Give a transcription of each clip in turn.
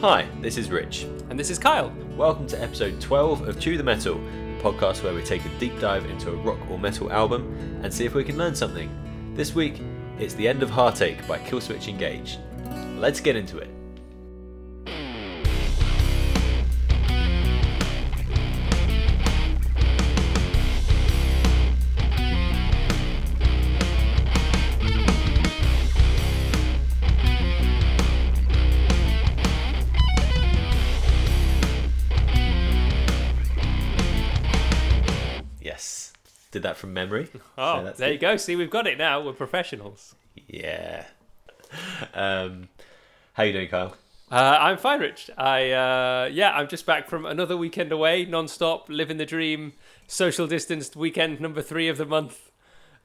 Hi, this is Rich. And this is Kyle. Welcome to episode 12 of Chew the Metal, a podcast where we take a deep dive into a rock or metal album and see if we can learn something. This week, it's The End of Heartache by Killswitch Engage. Let's get into it. Yes. Did that from memory. Oh, So that's there good. you go. See, we've got it now. We're professionals. Yeah. Um, how you doing, Kyle? Uh, I'm fine, Rich. I uh, yeah, I'm just back from another weekend away, non-stop, living the dream, social distanced weekend number three of the month,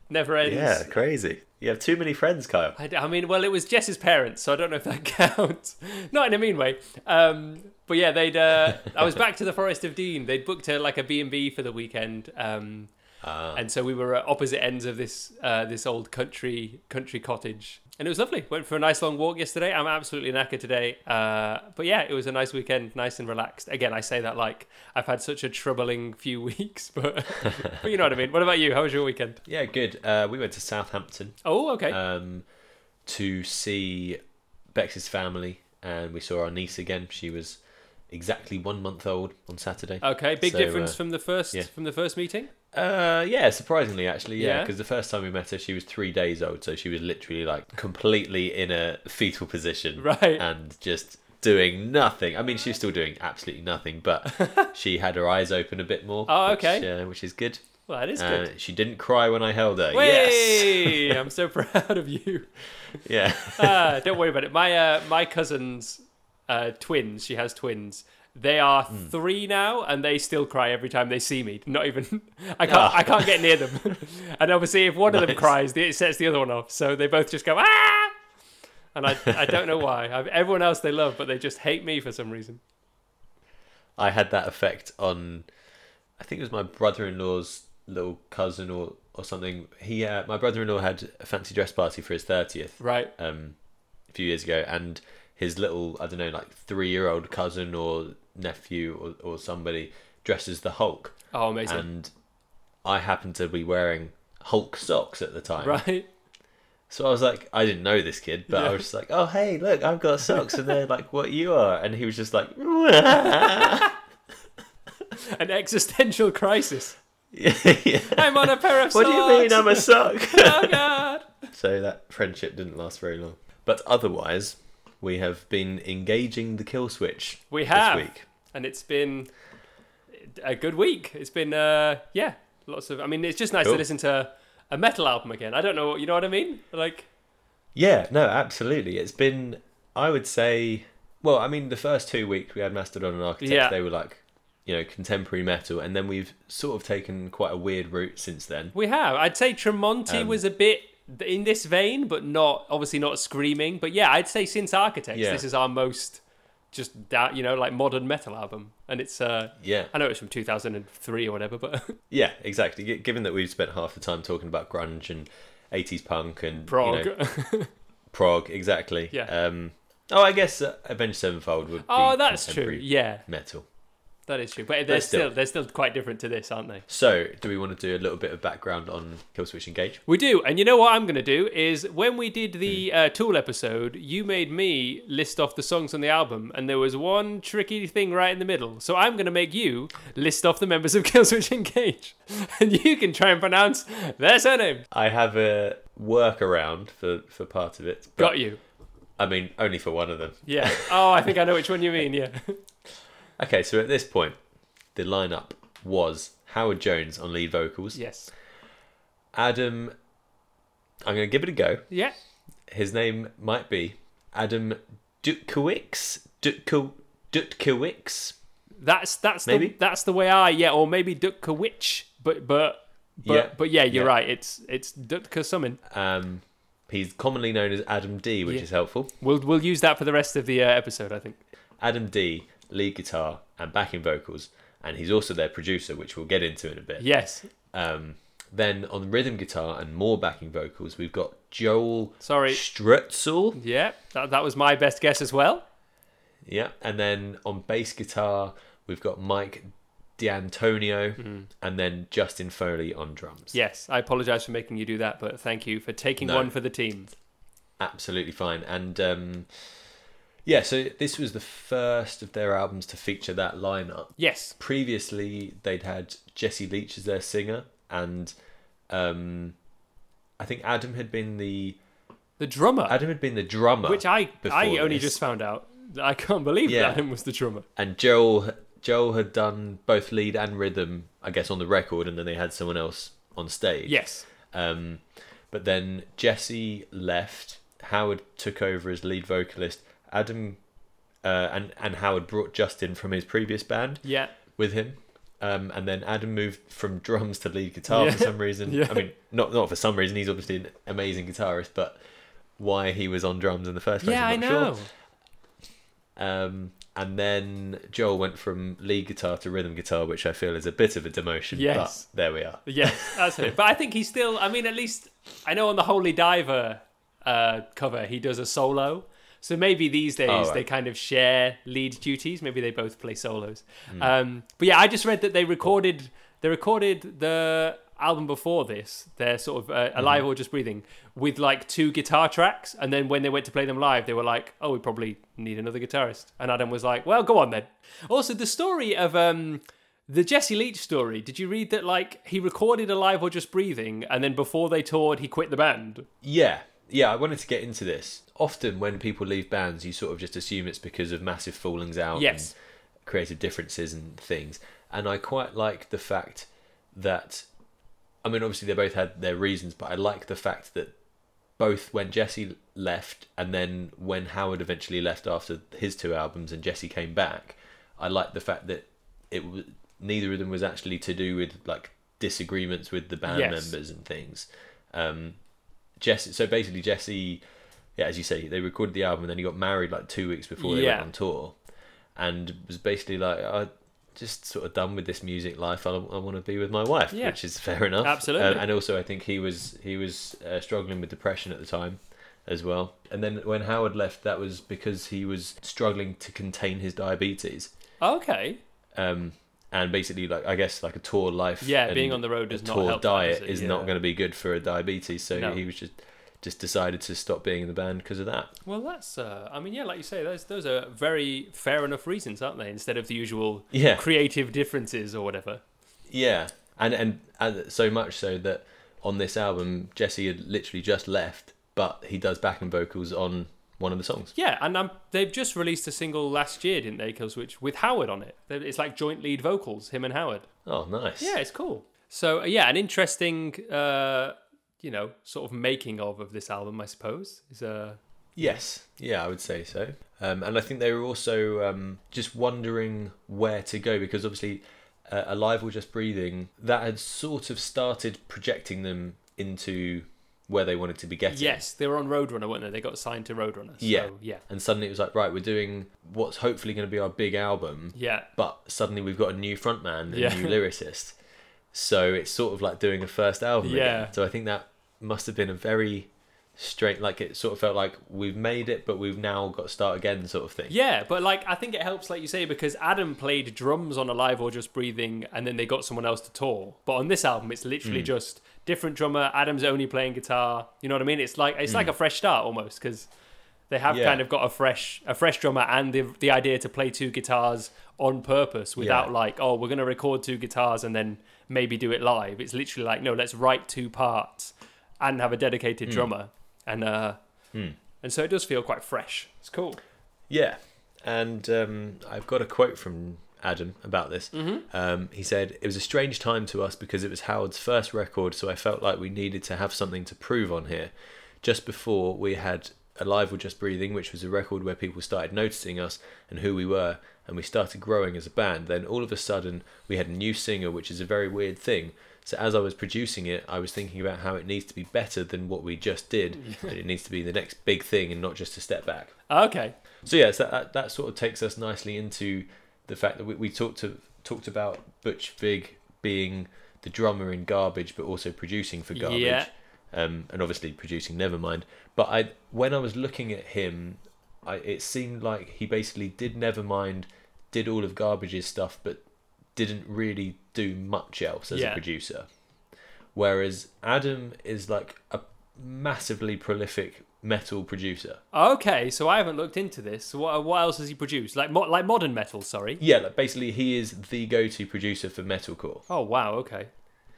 never ends. Yeah, crazy. You have too many friends, Kyle. I, d- I mean, well, it was Jess's parents, so I don't know if that counts. Not in a mean way. Um, but yeah, they'd. Uh, I was back to the Forest of Dean. They'd booked a, like a B and B for the weekend, um, and so we were at opposite ends of this uh, this old country country cottage, and it was lovely. Went for a nice long walk yesterday. I'm absolutely knackered today, uh, but yeah, it was a nice weekend, nice and relaxed. Again, I say that like I've had such a troubling few weeks, but but you know what I mean. What about you? How was your weekend? Yeah, good. Uh, we went to Southampton Oh, okay. um, to see Bex's family, and we saw our niece again. She was exactly one month old on Saturday. Okay, big So, difference uh, from the first yeah. from the first meeting. Uh, yeah, surprisingly, actually, yeah, Yeah? because the first time we met her, she was three days old, so she was literally like completely in a fetal position, Right. and just doing nothing. I mean, she was still doing absolutely nothing, but she had her eyes open a bit more. Oh, which, okay. uh, which is good. Well, that is Uh, good. she didn't cry when I held her. Yes. Way! I'm so proud of you. Yeah. Ah, don't worry about it. My uh, my cousins, uh, twins. She has twins. They are Hmm. three now, and they still cry every time they see me. Not even I can't Ah. I can't get near them. and obviously, if one of them Nice. cries, it sets the other one off. So they both just go ah. And I, I don't know why. I've, everyone else they love, but they just hate me for some reason. I had that effect on, I think it was my brother-in-law's little cousin or, or something. He, uh, my brother-in-law had a fancy dress party for his 30th Right. um, a few years ago, and his little, I don't know, like three-year-old cousin or nephew or, or somebody dressed as the Hulk. Oh, amazing. And I happened to be wearing Hulk socks at the time. right. So I was like, I didn't know this kid, but I Yeah. was just like, oh, hey, look, I've got socks, and they're like what you are. And he was just like, yeah, An existential crisis. yeah. I'm on a pair of What do you mean socks. I'm a sock? oh god. so that friendship didn't last very long. But otherwise, we have been engaging the kill switch We have. this week. And it's been a good week. It's been uh yeah, lots of I mean it's just nice Cool. to listen to a metal album again. I don't know, you know what I mean? Like Yeah, no, absolutely. It's been, I would say, well, I mean, the first two weeks we had Mastodon and Architects, Yeah. they were like, you know, contemporary metal, and then we've sort of taken quite a weird route since then. we have. I'd say Tremonti Um, was a bit in this vein, but not obviously not screaming. But yeah, I'd say since Architects, Yeah. this is our most just that you know like modern metal album, and it's uh Yeah. I know it's from 2003 or whatever, but Yeah, exactly. G- Given that we've spent half the time talking about grunge and 80s punk and prog. you know, prog, exactly. Yeah. Um, oh, I guess uh, Avenged Sevenfold would. oh, be that's true. contemporary Yeah, Metal. that is true. But they're still- still they're still quite different to this, aren't they? So, do we want to do a little bit of background on Killswitch Engage? We do, and you know what I'm going to do is when we did the uh, Tool episode, you made me list off the songs on the album, and there was one tricky thing right in the middle. So I'm going to make you list off the members of Killswitch Engage, and you can try and pronounce their surname. I have a workaround for for part of it. But, Got you? I mean, only for one of them. Yeah. Oh, I think I know which one you mean. Yeah. Okay, so at this point, the lineup was Howard Jones on lead vocals. yes. Adam, I'm going to give it a go. Yeah. His name might be Adam Dutkowicz. Dutko Dutkowicz. That's that's Maybe. the that's the way I yeah, or maybe Dutka Witch, but but but Yeah. but yeah, you're Yeah. right. It's it's Dutka Summon. Um, he's commonly known as Adam D, which Yeah. is helpful. We'll we'll use that for the rest of the uh, episode, I think. Adam D, lead guitar and backing vocals, and he's also their producer, which we'll get into in a bit. Yes. Um, then on rhythm guitar and more backing vocals, we've got Joel Sorry. Strutzel. Yeah, that, that was my best guess as well. Yeah, and then on bass guitar we've got Mike D'Antonio, and then Justin Foley on drums. Yes, I apologize for making you do that, but thank you for taking No. one for the team. absolutely fine. And um, yeah, so this was the first of their albums to feature that lineup. Yes. Previously, they'd had Jesse Leach as their singer, and um, I think Adam had been the The drummer, Adam had been the drummer, which I before I only this. just found out. I can't believe Yeah. that him was the drummer. and Joel Joel had done both lead and rhythm, I guess, on the record, and then they had someone else on stage. Yes. Um, but then Jesse left. Howard took over as lead vocalist. Adam uh, and and Howard brought Justin from his previous band Yeah. with him. Um, and then Adam moved from drums to lead guitar Yeah. for some reason. Yeah. I mean, not not for some reason. He's obviously an amazing guitarist, but why he was on drums in the first place? Yeah, I I'm not sure. know. Um, and then Joel went from lead guitar to rhythm guitar, which I feel is a bit of a demotion. Yes. But there we are. Yes, that's it. But I think he's still. I mean, at least I know on the Holy Diver uh, cover he does a solo. So maybe these days Oh, right. they kind of share lead duties. Maybe they both play solos. Hmm. Um, but yeah, I just read that they recorded. They recorded the album before this. They're sort of uh, Mm-hmm. alive or just breathing with like two guitar tracks, and then when they went to play them live, they were like, "Oh, we probably need another guitarist." And Adam was like, "Well, go on then." Also, the story of um, the Jesse Leach story, did you read that like he recorded Alive or Just Breathing and then before they toured he quit the band? Yeah, yeah, I wanted to get into this. Often when people leave bands, you sort of just assume it's because of massive fallings out Yes. and creative differences and things. And I quite like the fact that, I mean, obviously they both had their reasons, but I like the fact that both when Jesse left and then when Howard eventually left after his two albums and Jesse came back, I like the fact that it was neither of them was actually to do with like disagreements with the band Yes. members and things. Um, Jesse. So basically, Jesse, yeah, as you say, they recorded the album and then he got married like two weeks before they Yeah. went on tour, and was basically like, I just sort of done with this music life. I, I want to be with my wife, Yeah. which is fair enough. Absolutely. Um, and also, I think he was he was uh, struggling with depression at the time as well. And then when Howard left, that was because he was struggling to contain his diabetes. Okay. Um, and basically, like I guess, like a tour life. Yeah, and being on the road a does not tour help, diet obviously, is yeah. not going to be good for a diabetes. So No. he was just just decided to stop being in the band because of that. Well, that's uh, I mean, yeah, like you say, those those are very fair enough reasons, aren't they? Instead of the usual Yeah. creative differences or whatever. Yeah, and and, and so much so that on this album, Jesse had literally just left, but he does backing vocals on one of the songs. Yeah, and um, they've just released a single last year, didn't they, Killswitch, with Howard on it. They- It's like joint lead vocals, him and Howard. Oh, nice. Yeah, it's cool. So uh, yeah, an interesting, uh, you know, sort of making of of this album, I suppose. Is uh, Yes. Yeah, I would say so. Um, and I think they were also um, just wondering where to go because obviously, uh, Alive or Just Breathing that had sort of started projecting them into where they wanted to be getting. yes, they were on Roadrunner, weren't they? They got signed to Roadrunner. So, Yeah. yeah, And suddenly it was like, right, we're doing what's hopefully going to be our big album. yeah. but suddenly we've got a new frontman and Yeah. a new lyricist. So it's sort of like doing a first album Yeah. again. So I think that must have been a very straight, like it sort of felt like we've made it, but we've now got to start again, sort of thing. Yeah, but like I think it helps, like you say, because Adam played drums on Alive or Just Breathing, and then they got someone else to tour. But on this album, it's literally just different drummer. Adam's only playing guitar. You know what I mean? It's like it's like a fresh start almost because they have Yeah. kind of got a fresh a fresh drummer and the the idea to play two guitars on purpose without Yeah. like oh we're gonna record two guitars and then maybe do it live. It's literally like no, let's write two parts and have a dedicated drummer and uh. And so it does feel quite fresh. It's cool. Yeah. And um, I've got a quote from Adam about this. Um, he said, It was a strange time to us because it was Howard's first record, so I felt like we needed to have something to prove on here. Just before, we had Alive or Just Breathing, which was a record where people started noticing us and who we were, and we started growing as a band. Then all of a sudden, we had a new singer, which is a very weird thing. So as I was producing it, I was thinking about how it needs to be better than what we just did, and it needs to be the next big thing and not just a step back. Okay. So yes, that, that that sort of takes us nicely into the fact that we, we talked to talked about Butch Vig being the drummer in Garbage, but also producing for Garbage, Yeah. um, and obviously producing Nevermind. But I when I was looking at him I, it seemed like he basically did Nevermind, did all of Garbage's stuff, but didn't really do much else as a Yeah. producer. Whereas Adam is like a massively prolific metal producer. Okay, so I haven't looked into this. So What, what else has he produced? Like mo- like modern metal, sorry. Yeah, like basically he is the go-to producer for metalcore. Oh wow, okay.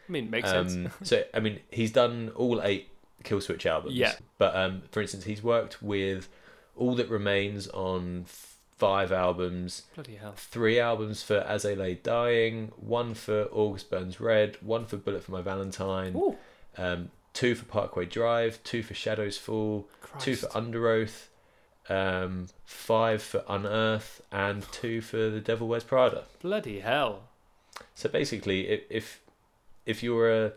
I mean, it makes sense. Um, so I mean, he's done all eight Killswitch albums. Yeah. But um, for instance, he's worked with All That Remains on f- five albums, Bloody hell. three albums for As They Lay Dying, one for August Burns Red, one for Bullet for My Valentine, Ooh, um, two for Parkway Drive, two for Shadows Fall, two for Under Oath, um, five for Unearth, and two for The Devil Wears Prada. bloody hell. So basically, i- if if you're a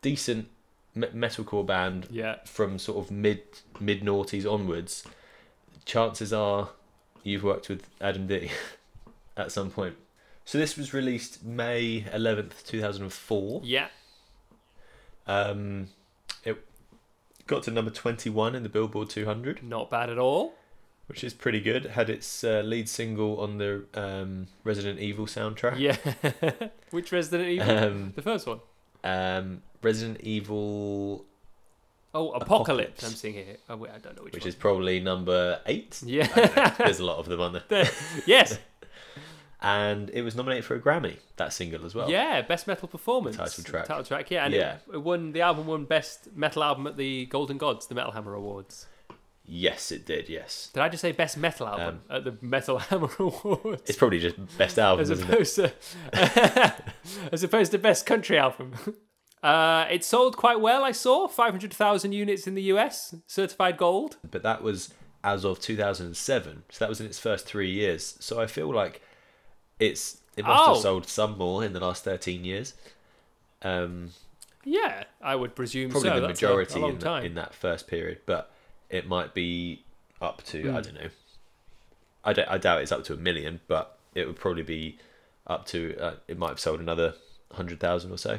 decent me- metalcore band Yeah. from sort of mid mid noughties onwards, chances are you've worked with Adam D at some point. So this was released May eleventh, two thousand and four. Yeah. Um, it got to number twenty one in the Billboard two hundred, Not bad at all. which is pretty good. Had its uh, lead single on the um, Resident Evil soundtrack. Yeah. Which Resident Evil? Um, the first one. um, Resident Evil, Oh, Apocalypse. Apocalypse. I'm seeing here. Oh, wait, I don't know which, which one. is probably number eight. Yeah. There's a lot of them on there. yes. And it was nominated for a Grammy, that single as well. yeah. Best metal performance. Title track. Title track. Yeah. And Yeah. It, it won the album won best metal album at the Golden Gods, the Metal Hammer Awards. Yes, it did, yes. Did I just say best metal album Um, at the Metal Hammer Awards? It's probably just best album, as isn't it? opposed to as opposed to best country album. Uh, it sold quite well, I saw 500,000 units in the US, certified gold. But that was as of 2007. So that was in its first three years. So I feel like it's it must Oh. have sold some more in the last 13 years. Um, Yeah, I would presume probably so. the That's a- a majority long in, that- time. in that first period, but it might be up to Hmm. I don't know. I don't. I doubt it's up to a million, but it would probably be up to. Uh, it might have sold another hundred thousand or so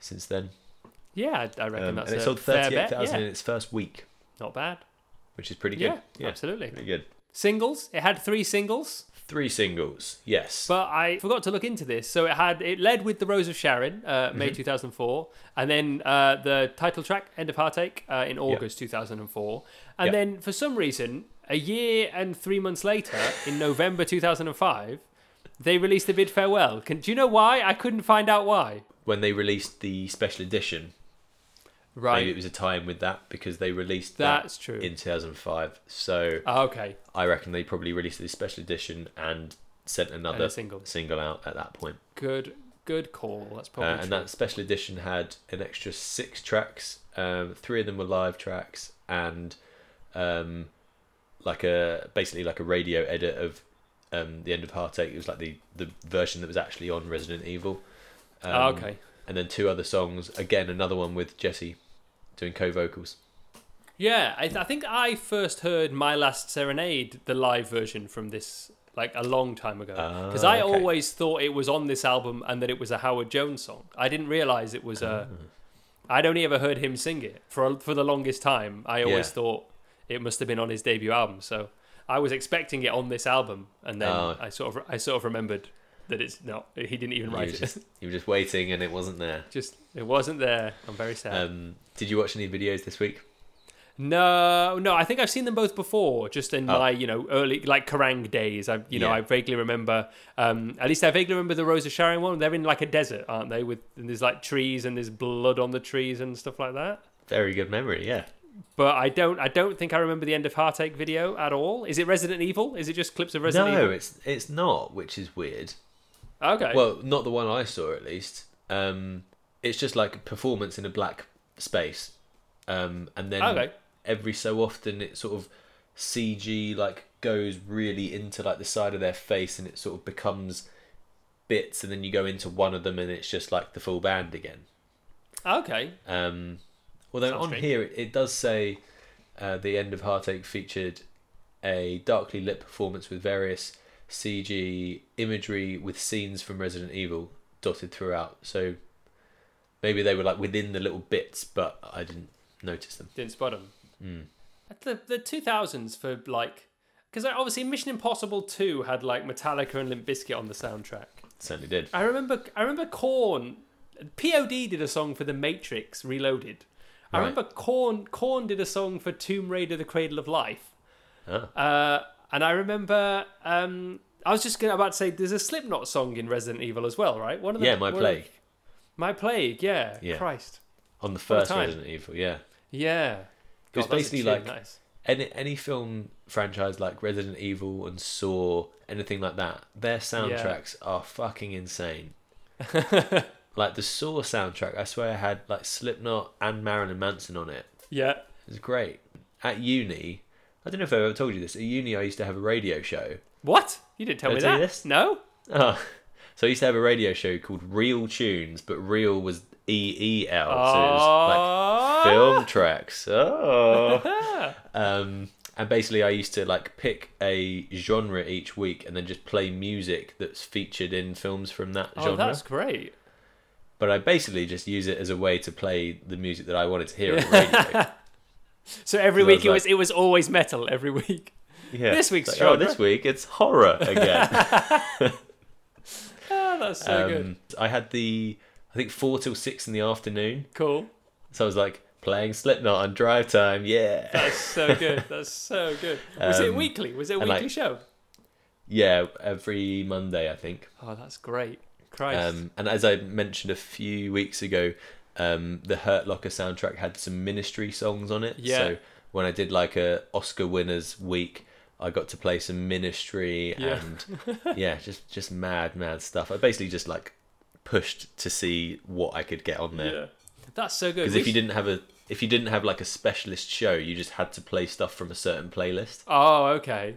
since then, Yeah, I I reckon um, and that's it a sold fair thirty-eight bet. thousand in Yeah, its first week, not bad. which is pretty Yeah, good. Yeah, absolutely. pretty good. Singles. It had three singles, Three singles, yes. but I forgot to look into this. So it had it led with the Rose of Sharon, uh, May Mm-hmm. 2004, and then uh, the title track End of Heartache uh, in August 2004, and Yeah. then for some reason, a year and three months later, in November 2005, they released the bid farewell. Can, do you know why? I couldn't find out why. when they released the special edition, Right. maybe it was a time with that because they released That's that true. in two thousand five. So Ah, Okay. I reckon they probably released the special edition and sent another And a single. out at that point. Good. Good call. That's Uh, probably and true. that special edition had an extra six tracks. Um, three of them were live tracks and um, like a basically like a radio edit of um, the end of Heartache. It was like the the version that was actually on Resident Evil. Um, Ah, okay. And then two other songs. Again, another one with Jesse doing co vocals. Yeah, I, th- I think I first heard My Last Serenade, the live version from this, like a long time ago. Because I Ah, okay. always thought it was on this album and that it was a Howard Jones song. I didn't realize it was a. I'd only ever heard him sing it for for the longest time. I Ah. always Yeah. thought it must have been on his debut album. So I was expecting it on this album, and then Oh. I sort of I sort of remembered that it's not. He didn't even You write were it. just, you were just waiting and it wasn't there. Just it wasn't there. I'm very sad. Um, did you watch any videos this week? No, no. I think I've seen them both before, just in Oh. my you know early like Kerrang days. I you know Yeah. I vaguely remember. Um, at least I vaguely remember the Rosa Sharon one. They're in like a desert, aren't they? With and there's like trees and there's blood on the trees and stuff like that. Very good memory, yeah. But I don't, I don't think I remember the end of Heartache video at all. Is it Resident Evil? Is it just clips of Resident no, Evil? it's it's not, which is weird. Okay. Well, not the one I saw at least. Um, it's just like a performance in a black space, um, and then Okay. every so often it sort of CG like goes really into like the side of their face, and it sort of becomes bits, and then you go into one of them, and it's just like the full band again. okay. Um, although Sounds on strange. here it, it does say uh, the end of Heartache featured a darkly lit performance with various CG imagery with scenes from Resident Evil dotted throughout. So maybe they were like within the little bits, but I didn't notice them. Hmm. Didn't spot him. the the two thousands for like because obviously Mission Impossible Two had like Metallica and Limp Bizkit on the soundtrack. Certainly did. I remember I remember Corn POD did a song for The Matrix Reloaded. I Right. remember Corn Corn did a song for Tomb Raider The Cradle of Life. Ah. Uh, and I remember um, I was just gonna, about to say there's a Slipknot song in Resident Evil as well, right? One of the, Yeah, my one of- plague My Plague, yeah. Yeah. Christ. on the first time. Resident Evil. Yeah, Yeah. It was God, that's a basically tune, like- nice. any any film franchise like Resident Evil and Saw, anything like that, their soundtracks are fucking insane. like the Saw soundtrack, I swear I had like Slipknot and Marilyn Manson on it. Yeah. It was great. At uni, I don't know if I ever told you this. At uni, I used to have a radio show. What? You didn't tell Did I me tell that. you this? No? Oh, so I used to have a radio show called Real Tunes, but Real was E E L, so it was Oh. like film tracks. Oh. Um, and basically, I used to like pick a genre each week and then just play music that's featured in films from that Oh, genre. that's great. But I basically just use it as a way to play the music that I wanted to hear on the radio. So every So I week was it like- was it was always metal every week. Yeah. This week's It's like, oh, genre. this week it's horror again. Oh, that's so good. um, I had the I think four till six in the afternoon, Cool. so I was like playing Slipknot on drive time. Yeah, That's so good. That's so good. Was it Um, weekly? Was it a and, weekly like- show? yeah, every Monday I think. Oh, that's great. Christ. Um, and as I mentioned a few weeks ago, um, the Hurt Locker soundtrack had some Ministry songs on it. Yeah. So when I did like a Oscar winners week, I got to play some Ministry Yeah. and yeah, just just mad mad stuff. I basically just like pushed to see what I could get on there. yeah. That's so good. Because We if you should- didn't have a if you didn't have like a specialist show, you just had to play stuff from a certain playlist. Oh, okay.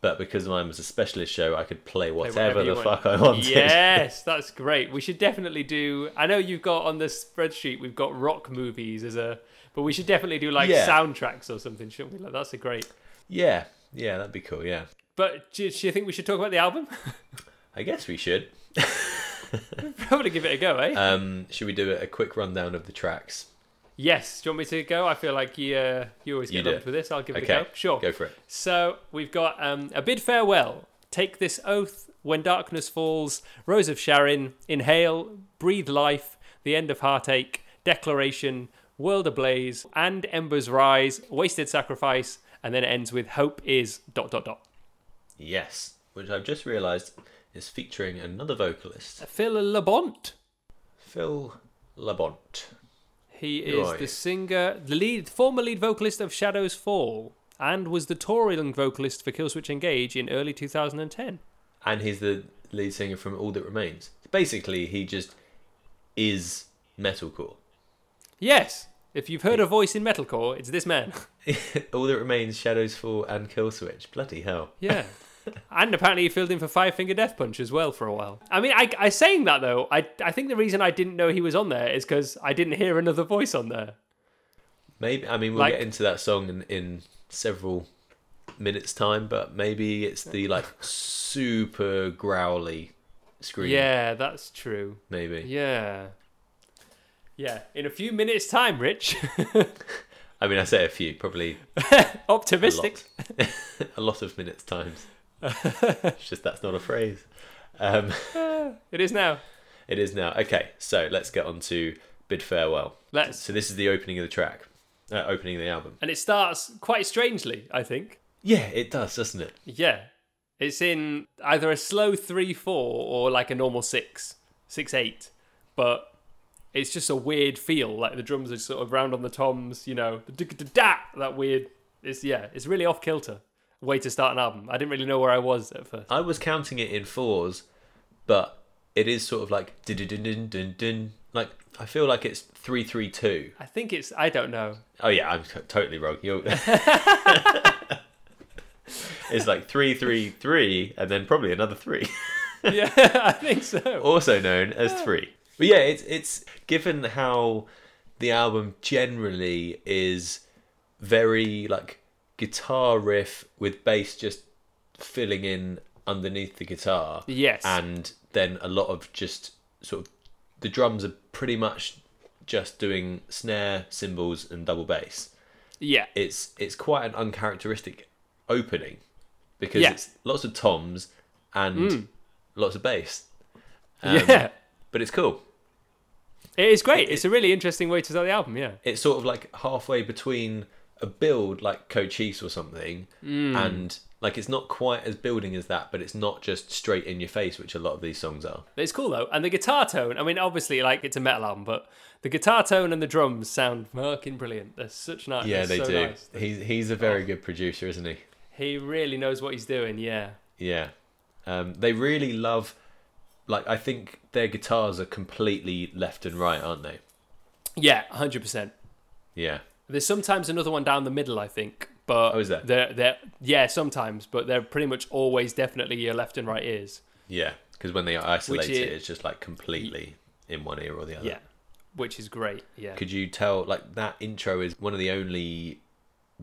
But because mine was a specialist show, I could play whatever, whatever you the want. fuck I wanted. Yes, that's great. We should definitely do. I know you've got on the spreadsheet. We've got rock movies as a, but we should definitely do like Yeah. soundtracks or something, shouldn't we? Like that's a great. Yeah. Yeah, that'd be cool. Yeah. But do, do you think we should talk about the album? I guess we should. Probably give it a go, eh? Um, should we do a a quick rundown of the tracks? yes. Do you want me to go? I feel like you uh, you always You get do lumped it. with this. I'll give it a Okay, go. Sure. Go for it. So we've got um, a bid farewell. Take this oath when darkness falls. Rose of Sharon. Inhale. Breathe life. The end of heartache. Declaration. World ablaze. And embers rise. Wasted sacrifice. And then it ends with hope is dot dot dot. Yes, which I've just realised is featuring another vocalist, Phil Labont. Phil Labonte. He Who is are you? the singer, the lead, former lead vocalist of Shadows Fall, and was the touring vocalist for Killswitch Engage in early 2010. And he's the lead singer from All That Remains. Basically, he just is metalcore. Yes, if you've heard a voice in metalcore, it's this man. All That Remains, Shadows Fall, and Killswitch. Bloody hell. Yeah. and apparently he filled in for Five Finger Death Punch as well for a while. I mean, I, I saying that though, I, I think the reason I didn't know he was on there is because I didn't hear another voice on there. Maybe I mean we'll Like- get into that song in, in several minutes time, but maybe it's the like super growly scream. Yeah, that's true. Maybe. Yeah. Yeah, in a few minutes' time, Rich. I mean, I say a few, probably a Optimistic. lot. a lot of minutes times. it's just that's not a phrase. Um, It is now. it is now. Okay, so let's get on to bid farewell. Let's. So this is the opening of the track, uh, opening of the album. And it starts quite strangely, I think. Yeah, it does, doesn't it? Yeah. It's in either a slow 3 4 or like a normal 6, 6 8. But it's just a weird feel. Like the drums are sort of round on the toms, you know, the da da that weird. It's, yeah, it's really off kilter. Way to start an album. I didn't really know where I was at first. I was counting it in fours, but it is sort of like dun dun dun dun dun. Like I feel like it's three three two. I think it's, I don't know. Oh yeah, I'm t- totally wrong. You're... it's like three three three, and then probably another three. Yeah, I think so. also known as three. But yeah, it's it's given how the album generally is very like guitar riff with bass just filling in underneath the guitar, Yes. and um, then a lot of just sort of the drums are pretty much just doing snare, cymbals, and double bass. Yeah. it's it's quite an uncharacteristic opening because Yeah. Mm. it's lots of toms and lots of bass. yeah. but it's cool. It is great. It's a really interesting way to start the album. Yeah. It's sort of like halfway between a build like Cochise or something, Mm. and like it's not quite as building as that, but it's not just straight in your face, which a lot of these songs are. But it's cool though. And the guitar tone, I mean, obviously, like, it's a metal album, but the guitar tone and the drums sound fucking brilliant. They're such nice. Yeah, They're they so do. nice. Oh. He's he's a very good producer, isn't he? He really knows what he's doing. Yeah. Yeah. Um, they really love, like, I think their guitars are completely left and right, aren't they? Yeah, 100%. Yeah. There's sometimes another one down the middle, I think. But Oh, is there? They're, they're, yeah, sometimes, but they're pretty much always definitely your left and right ears. Yeah. Because when they are isolated, is- it's just like completely in one ear or the other. Yeah. Which is great. Yeah. Could you tell, like, that intro is one of the only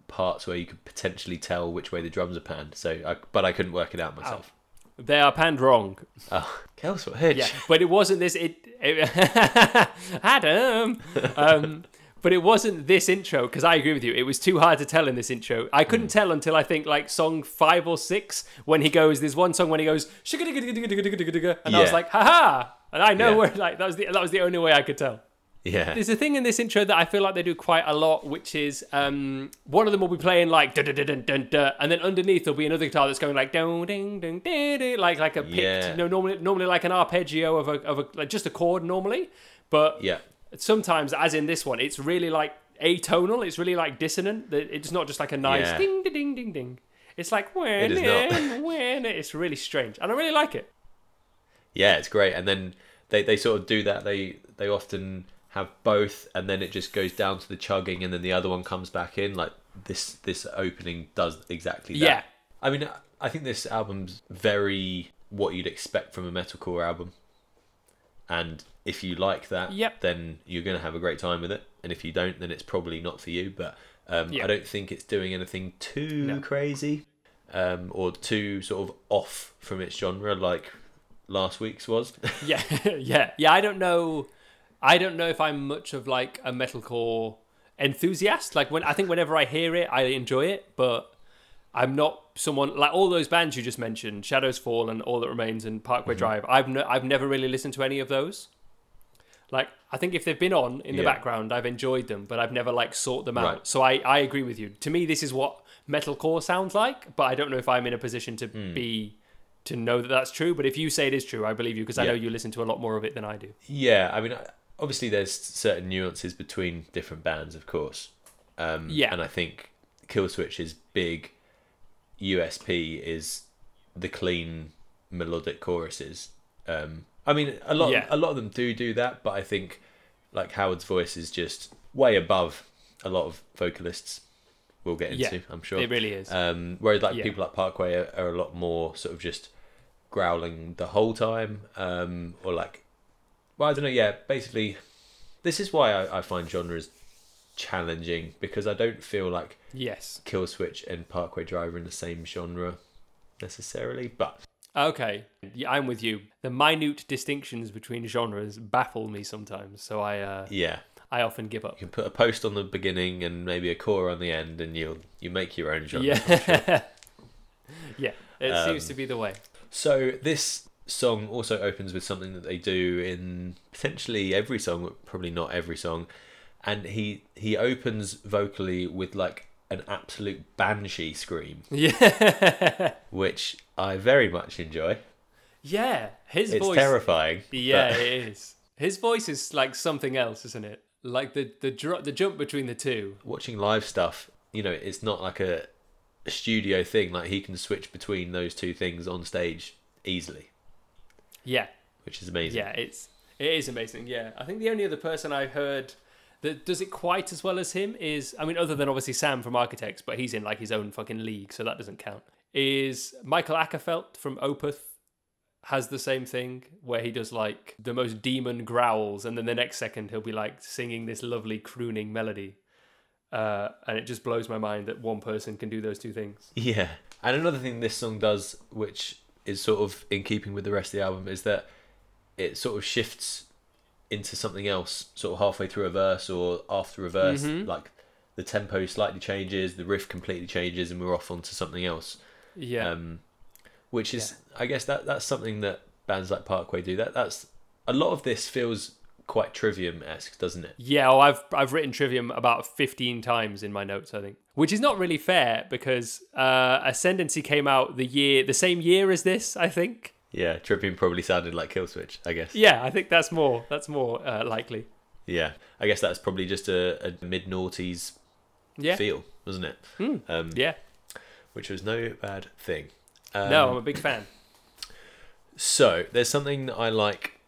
parts where you could potentially tell which way the drums are panned. So, I, but I couldn't work it out myself. They are panned wrong. Oh, Kelsey Hitch. Yeah, but it wasn't this. It, it Adam. Um, but it wasn't this intro because I agree with you. It was too hard to tell in this intro. I couldn't tell until I think like song five or six when he goes. There's one song when he goes "Shugga-digga-digga-digga-digga-digga-digga," and I was Yeah. like, ha ha. And I know Yeah. where like that was the that was the only way I could tell. Yeah. There's a thing in this intro that I feel like they do quite a lot, which is um, one of them will be playing like dun dun dun dun dun, dun, and then underneath there'll be another guitar that's going like dun ding ding ding, ding like like a picked, Yeah. you know, normally normally like an arpeggio of a of a like just a chord normally, but Yeah. sometimes as in this one, it's really like atonal, it's really like dissonant. that It's not just like a nice Yeah. ding ding ding ding ding. It's like when is not. when, when it's really strange, and I really like it. Yeah, it's great. And then they, they sort of do that. They they often have both, and then it just goes down to the chugging, and then the other one comes back in. Like this this opening does exactly that. Yeah. I mean, I think this album's very what you'd expect from a metalcore album. And if you like that, Yep. then you're going to have a great time with it. And if you don't, then it's probably not for you. But um, Yeah. I don't think it's doing anything too No. crazy um, or too sort of off from its genre like last week's was. yeah, yeah, yeah. I don't know. I don't know if I'm much of like a metalcore enthusiast. Like when I think whenever I hear it, I enjoy it, but I'm not someone like all those bands you just mentioned, Shadows Fall and All That Remains and Parkway Mm-hmm. Drive. I've no, I've never really listened to any of those. Like I think if they've been on in the Yeah. background, I've enjoyed them, but I've never like sought them out. Right. So I I agree with you. To me, this is what metalcore sounds like, but I don't know if I'm in a position to Hmm. be to know that that's true. But if you say it is true, I believe you because I Yeah. know you listen to a lot more of it than I do. yeah, I mean, I- obviously there's certain nuances between different bands, of course. Um, Yeah. And I think Killswitch's big USP is the clean melodic choruses. Um, I mean, a lot Yeah. a lot of them do do that, but I think like Howard's voice is just way above a lot of vocalists. We'll get into, Yeah, I'm sure. It really is. Um, whereas like Yeah. people like Parkway are, are a lot more sort of just growling the whole time, um, or like, well, I don't know. Yeah, basically, this is why I, I find genres challenging because I don't feel like yes. Killswitch and Parkway Drive are in the same genre necessarily. But Okay. Yeah, I'm with you. The minute distinctions between genres baffle me sometimes, so I uh, yeah, I often give up. you can put a post on the beginning and maybe a core on the end, and you'll you make your own genre. Yeah. yeah. It Um, seems to be the way. So this song also opens with something that they do in potentially every song, but probably not every song. And he he opens vocally with like an absolute banshee scream, Yeah. which I very much enjoy. yeah. His It's voice terrifying. but- Yeah, it is. His voice is like something else, isn't it? Like the the dro- the jump between the two. watching live stuff, you know, it's not like a, a studio thing. Like he can switch between those two things on stage easily, Yeah, which is amazing. yeah, it's it is amazing. Yeah, I think the only other person I've heard that does it quite as well as him is, I mean, other than obviously Sam from Architects, but he's in like his own fucking league, so that doesn't count. Is Michael Ackerfeld from Opeth has the same thing where he does like the most demon growls, and then the next second he'll be like singing this lovely crooning melody. Uh, and it just blows my mind that one person can do those two things. Yeah. And another thing this song does, which is sort of in keeping with the rest of the album, is that it sort of Mm-hmm. shifts into something else, sort of halfway through a verse or after a verse. Like the tempo slightly changes, the riff completely changes, and we're off onto something else. yeah, Um, which is, I guess that that's something that bands like Parkway do. That that's a lot of this feels quite Trivium esque, doesn't it? yeah. Oh, I've I've written Trivium about fifteen times in my notes, I think, which is not really fair because uh, Ascendancy came out the year, the same year as this, I think. Yeah, Trivium probably sounded like Killswitch. I guess. Yeah, I think that's more that's more uh, likely. Yeah, I guess that's probably just a, a mid noughties Yeah, Hmm. feel, wasn't it? Um, yeah. Which was no bad thing. Um, No, I'm a big fan. So there's something that I like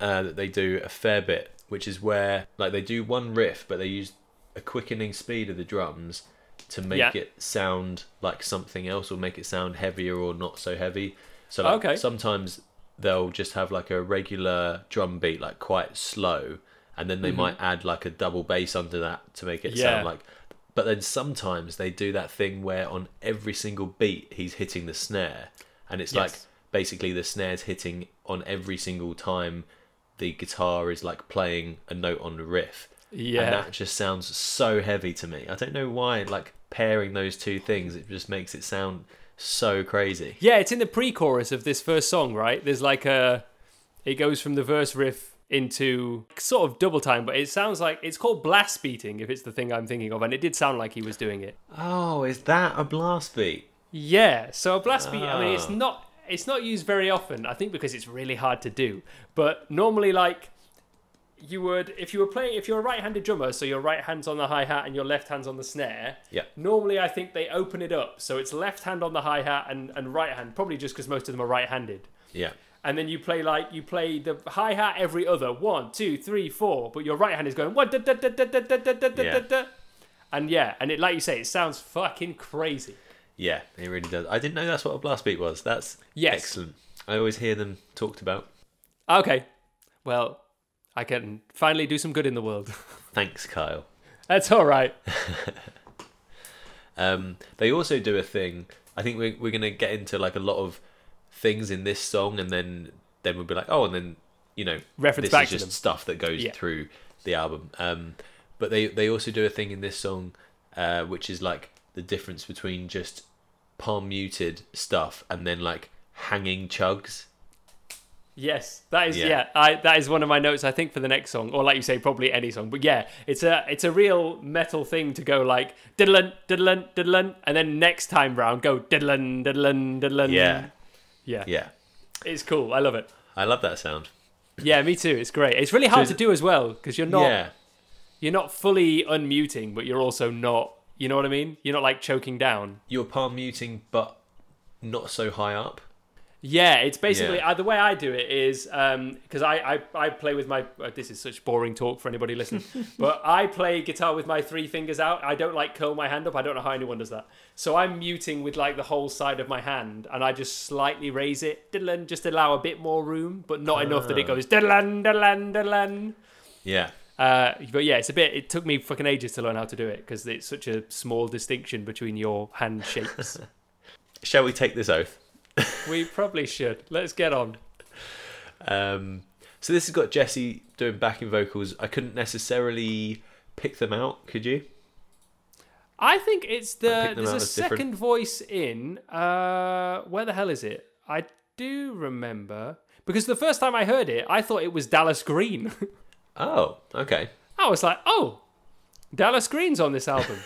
uh, that they do a fair bit, which is where like they do one riff, but they use a quickening speed of the drums to make Yeah. it sound like something else, or make it sound heavier or not so heavy. So like, Okay. sometimes they'll just have like a regular drum beat, like quite slow, and then they might add like a double bass under that to make it Mm-hmm. Yeah. sound like. But then sometimes they do that thing where on every single beat he's hitting the snare, and it's like Yes. basically the snares hitting on every single time the guitar is like playing a note on the riff. Yeah. And that just sounds so heavy to me. I don't know why, like pairing those two things, it just makes it sound so crazy. Yeah, it's in the pre-chorus of this first song, right? There's like a, it goes from the verse riff into sort of double time, but it sounds like it's called blast beating if it's the thing I'm thinking of, and it did sound like he was doing it. Oh, is that a blast beat? Yeah, so a blast beat. I mean, it's Ah. not it's not used very often. I think because it's really hard to do. But normally, like you would if you were playing if you're a right-handed drummer, so your right hand's on the hi hat and your left hand's on the snare. Yeah. Normally, I think they open it up, so it's left hand on the hi hat and and right hand, probably just because most of them are right-handed. Yeah. and then you play like you play the hi hat every other one, two, three, four, but your right hand is going one, da, da, da, da, da, da, da, da, da, Yeah. da, da. and yeah, and it like you say, it sounds fucking crazy. Yeah, it really does. I didn't know that's what a blast beat was. That's Yes. excellent. I always hear them talked about. Okay, well, I can finally do some good in the world. Thanks, Kyle. That's all right. Um, they also do a thing. I think we're, we're going to get into like a lot of things in this song, and then then we'll be like, oh, and then you know, Reference this back is to just them. stuff that goes Yeah. through the album. Um, but they they also do a thing in this song, uh, which is like the difference between just palm muted stuff and then like hanging chugs. Yes, that is Yeah. yeah. I that is one of my notes. I think for the next song, or like you say, probably any song. But yeah, it's a it's a real metal thing to go like diddlin diddlin diddlin, and then next time round go diddlin diddlin diddlin. Yeah. yeah, Yeah, it's cool. I love it. I love that sound. Yeah, me too. It's great. It's really hard So- to do as well because you're not yeah, you're not fully unmuting, but you're also not. You know what I mean? You're not like choking down. you're palm muting, but not so high up. Yeah, it's basically Yeah. Uh, the way I do it is because I, I I play with my. Uh, this is such boring talk for anybody listening, but I play guitar with my three fingers out. I don't like curl my hand up. I don't know how anyone does that. So I'm muting with like the whole side of my hand, and I just slightly raise it, diddlin, just allow a bit more room, but not enough that it goes diddlin, diddlin, diddlin. Yeah, Uh, but yeah, it's a bit. It took me fucking ages to learn how to do it because it's such a small distinction between your hand shapes. shall we take this oath? we probably should. Let's get on. Um, so this has got Jesse doing backing vocals. I couldn't necessarily pick them out, could you? I think it's I the picked them there's out a as different. second voice in. Uh, where the hell is it? I do remember because the first time I heard it, I thought it was Dallas Green. Oh, okay. I was like, oh, Dallas Green's on this album.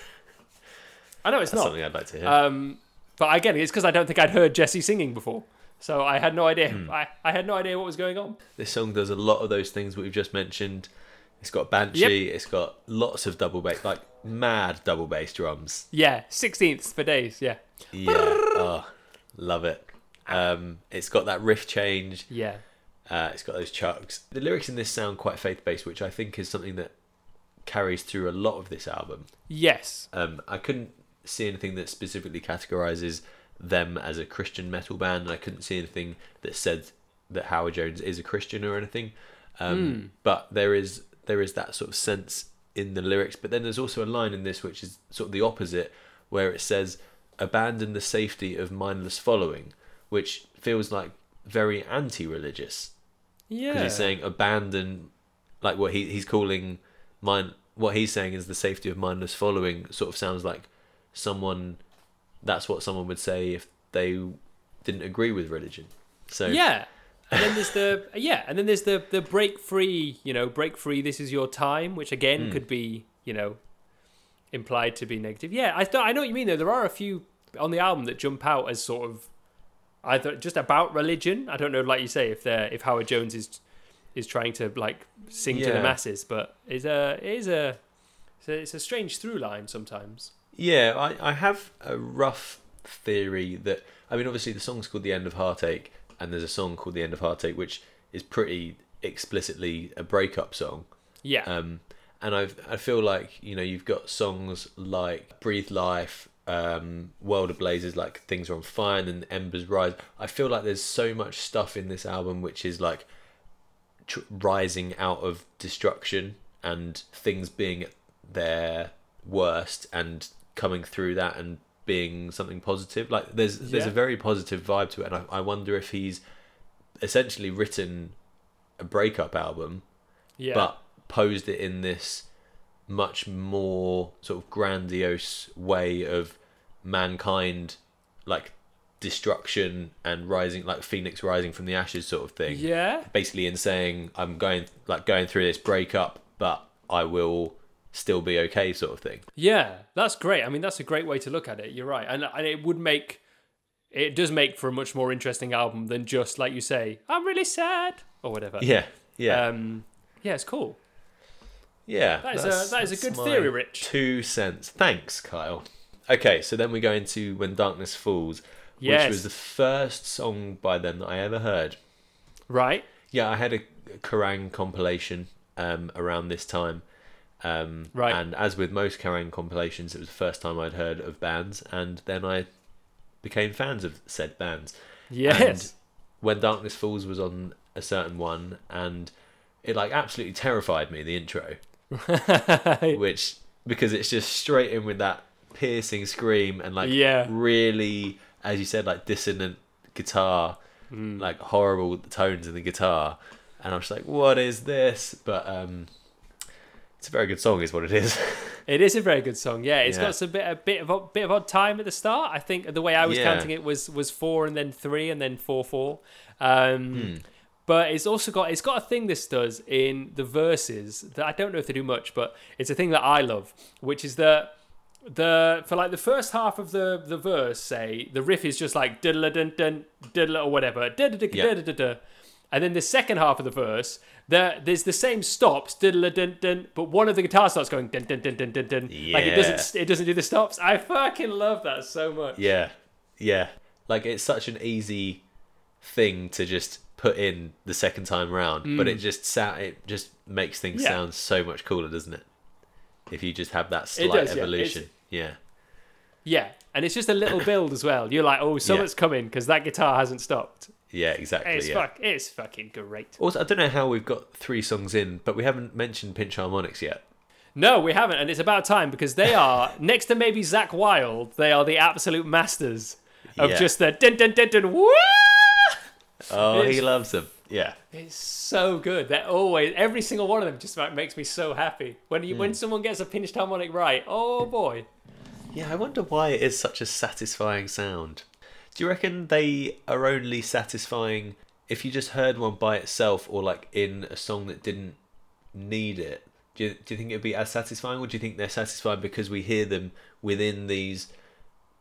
I know it's That's not. something I'd like to hear. Um, but again, it's because I don't think I'd heard Jesse singing before, so I had no idea. Hmm. I, I had no idea what was going on. this song does a lot of those things we've just mentioned. It's got Banshee, it's got lots of double bass, like mad double bass drums. Yeah, sixteenth for days. Yeah, Yeah. oh, love it. Um, it's got that riff change. yeah, Uh, it's got those chucks. The lyrics in this sound quite faith based, which I think is something that carries through a lot of this album. yes, Um, I couldn't see anything that specifically categorizes them as a Christian metal band, and I couldn't see anything that said that Howard Jones is a Christian or anything. Um, But there is there is that sort of sense in the lyrics. But then there's also a line in this which is sort of the opposite, where it says, "Abandon the safety of mindless following," which feels like very anti-religious yeah. because he's saying abandon like what he, he's calling mind what he's saying is the safety of mindless following sort of sounds like someone that's what someone would say if they didn't agree with religion. So Yeah. And then there's the yeah, and then there's the the break free, you know, break free. This is your time, which again Hmm. could be you know implied to be negative. Yeah, I th- I know what you mean though. There are a few on the album that jump out as sort of either just about religion. I don't know, like you say, if they're if Howard Jones is is trying to like sing to the Yeah. masses, but it's a it is a it's a, it's a strange through line sometimes. Yeah, I, I have a rough theory that I mean, obviously the song's called "The End of Heartache," and there's a song called "The End of Heartache," which is pretty explicitly a breakup song. Yeah, Um, and I I feel like you know you've got songs like "Breathe Life," um, "World Ablaze" is like things are on fire, and then "Embers Rise." I feel like there's so much stuff in this album which is like tr- rising out of destruction and things being at their worst and coming through that and being something positive. Like there's there's a Yeah. very positive vibe to it, and I, I wonder if he's essentially written a breakup album yeah, but posed it in this much more sort of grandiose way of mankind like destruction and rising like phoenix rising from the ashes sort of thing yeah, basically in saying i'm going like going through this breakup but i will still be okay sort of thing Yeah, that's great. I mean, that's a great way to look at it. You're right, and and it would make it does make for a much more interesting album than just like you say, I'm really sad or whatever. yeah yeah Um, yeah, it's cool. yeah That is a that is a good that's my theory, Rich. two cents thanks kyle okay so then we go into when darkness falls Yes. which was the first song by them that i ever heard Right? Yeah, I had a Kerrang compilation um, around this time. Um, Right. And as with most Kerrang compilations, it was the first time I'd heard of bands, and then I became fans of said bands. Yes. When Darkness Falls was on a certain one, and it like absolutely terrified me, the intro, which, because it's just straight in with that piercing scream and like Yeah. really, as you said, like dissonant guitar Mm. like horrible tones in the guitar and i'm just like what is this but um it's a very good song is what it is it is a very good song. Yeah, it's Yeah. got some bit a bit of a bit of odd time at the start. I think the way I was Yeah. counting it was was four and then three and then four four. Um, Hmm. But it's also got it's got a thing this does in the verses that I don't know if they do much, but it's a thing that I love, which is that the for like the first half of the the verse, say the riff is just like diddle dun dun diddle or whatever, Yeah. da-da-da-da-da-da. and then the second half of the verse, there there's the same stops diddle dun dun, but one of the guitar starts going dun dun dun dun dun dun, like Yeah. it doesn't it doesn't do the stops. I fucking love that so much. yeah yeah like it's such an easy thing to just put in the second time round but it just sound it just makes things Mm. Yeah. sound so much cooler doesn't it if you just have that slight does, yeah. evolution yeah, Yeah, and it's just a little build as well. You're like, oh, something's coming because that guitar hasn't stopped. yeah exactly It's yeah fuck, it's fucking great. also i don't know how we've got three songs in but we haven't mentioned pinch harmonics yet No, we haven't, and it's about time because they are next to maybe Zach Wilde. They are the absolute masters of Yeah. just the dun dun dun dun. Woo! oh he It's- loves them yeah It's so good. They're always every single one of them just like makes me so happy when you when someone gets a pinched harmonic right. Oh boy. Yeah, I wonder why it is such a satisfying sound. Do you reckon they are only satisfying if you just heard one by itself or like in a song that didn't need it? Do you, do you think it'd be as satisfying or do you think they're satisfying because we hear them within these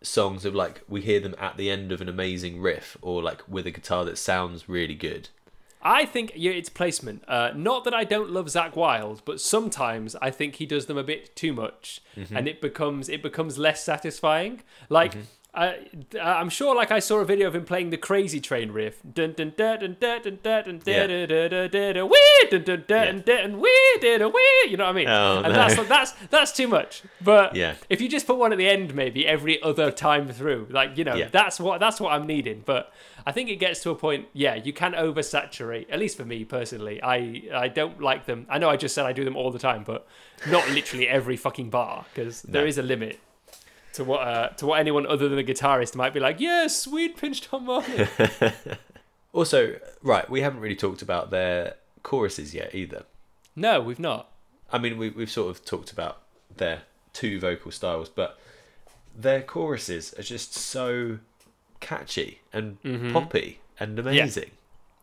songs of like we hear them at the end of an amazing riff or like with a guitar that sounds really good? I think yeah, it's placement. Uh, not that I don't love Zach Wilde, but sometimes I think he does them a bit too much, Mm-hmm. and it becomes it becomes less satisfying. Like I- I, I'm sure, like I saw a video of him playing the Crazy Train riff. Dun dun dun dun dun dun dun dun Yeah. dun dun dun dun dun wee dun dun dun dun wee dun dun wee. You know what I mean? Oh, and no. that's that's that's too much. But Yeah. if you just put one at the end, maybe every other time through, like you know, Yeah. that's what that's what I'm needing. But I think it gets to a point. Yeah, you can oversaturate. At least for me personally, I I don't like them. I know I just said I do them all the time, but not literally every fucking bar because there No. is a limit to what uh, to what anyone other than a guitarist might be like. Yeah, sweet pinched harmonic. Also, right, we haven't really talked about their choruses yet either. no, we've not. I mean, we, we've sort of talked about their two vocal styles, but their choruses are just so catchy and Mm-hmm. poppy and amazing.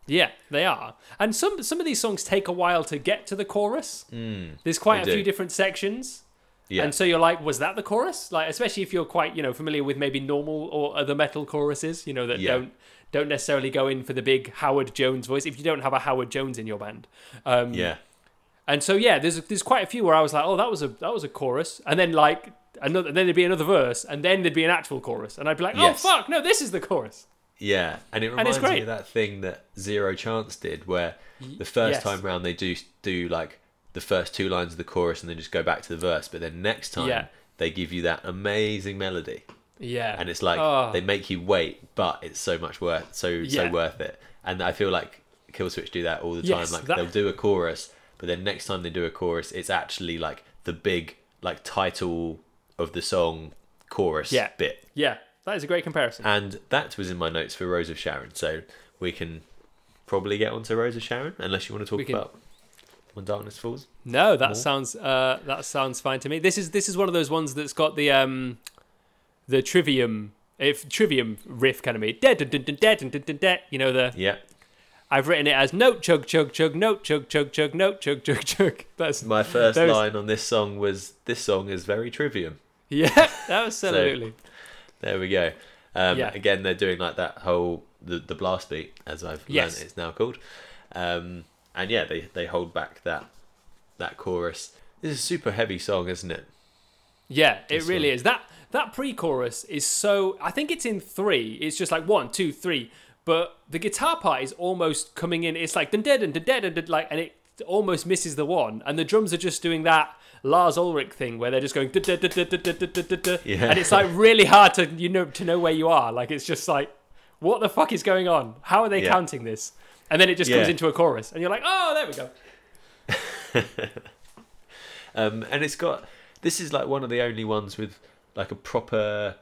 Yeah, they are. And some some of these songs take a while to get to the chorus. There's quite a Mm, they do. few different sections. Yeah. And so you're like, was that the chorus? Like, especially if you're quite, you know, familiar with maybe normal or other metal choruses, you know, that Yeah. don't don't necessarily go in for the big Howard Jones voice. If you don't have a Howard Jones in your band, um, yeah. and so yeah, there's there's quite a few where I was like, oh, that was a that was a chorus, and then like another, then there'd be another verse, and then there'd be an actual chorus, and I'd be like, oh Yes. fuck, no, this is the chorus. Yeah, and it reminds it's me great. of that thing that Zero Chance did, where the first yes. time round they do do like the first two lines of the chorus and then just go back to the verse, but then next time Yeah. they give you that amazing melody, Yeah, and it's like Oh. they make you wait, but it's so much worth so so Yeah. worth it. And I feel like Killswitch do that all the Yes, time. Like that- they'll do a chorus, but then next time they do a chorus, it's actually like the big like title of the song chorus Yeah. bit. yeah, that is a great comparison. And that was in my notes for Rose of Sharon, so we can probably get onto Rose of Sharon, unless you want to We talk can- about When Darkness Falls. No, that sounds uh, that sounds fine to me. This is this is one of those ones that's got the um, the trivium if trivium riff kind of me. Da- da- da- da- da- da- da- da- da. You know the Yeah, I've written it as note chug chug chug note chug chug chug note chug chug chug. That's my first Those- line on this song was, "This song is very trivium." yeah, absolutely. There we go. Um, Yeah. Again, they're doing like that whole the, the blast beat, as I've Yes. learned it's now called. Um, and yeah, they they hold back that that chorus. This is a super heavy song, isn't it? Yeah, it This really one. is. That that pre-chorus is so. I think it's in three. It's just like one, two, three. But the guitar part is almost coming in. It's like dun dead and dead and like, and it almost misses the one. And the drums are just doing that Lars Ulrich thing where they're just going dun, dun, dun, dun, dun, dun, dun, dun, dun, dun. Yeah. and it's like really hard to you know to know where you are. Like it's just like what the fuck is going on? How are they Yeah. counting this? And then it just Yeah. comes into a chorus, and you're like, oh, there we go. Um, and it's got this is like one of the only ones with like a proper,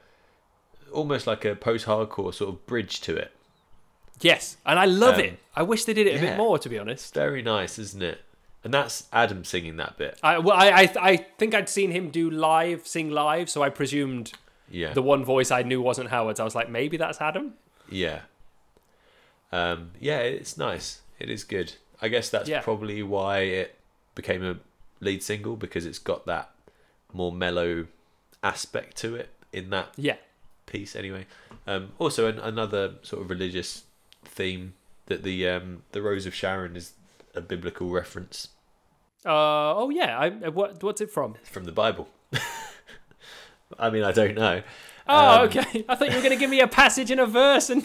almost like a post-hardcore sort of bridge to it. Yes, and I love Um, it. I wish they did it a yeah. bit more, to be honest. Very nice, isn't it? And that's Adam singing that bit. I well, I, I I think I'd seen him do live, sing live, so I presumed Yeah, the one voice I knew wasn't Howard's. I was like, maybe that's Adam. yeah, um, yeah. It's nice. It is good. I guess that's Yeah. probably why it became a lead single because it's got that more mellow aspect to it in that Yeah, piece anyway. Um, also, an, another sort of religious theme that the um, the Rose of Sharon is a biblical reference uh, oh yeah. I uh, what what's it from? from the Bible. I mean, I don't know. Oh, Um, okay. I thought you were going to give me a passage and a verse, and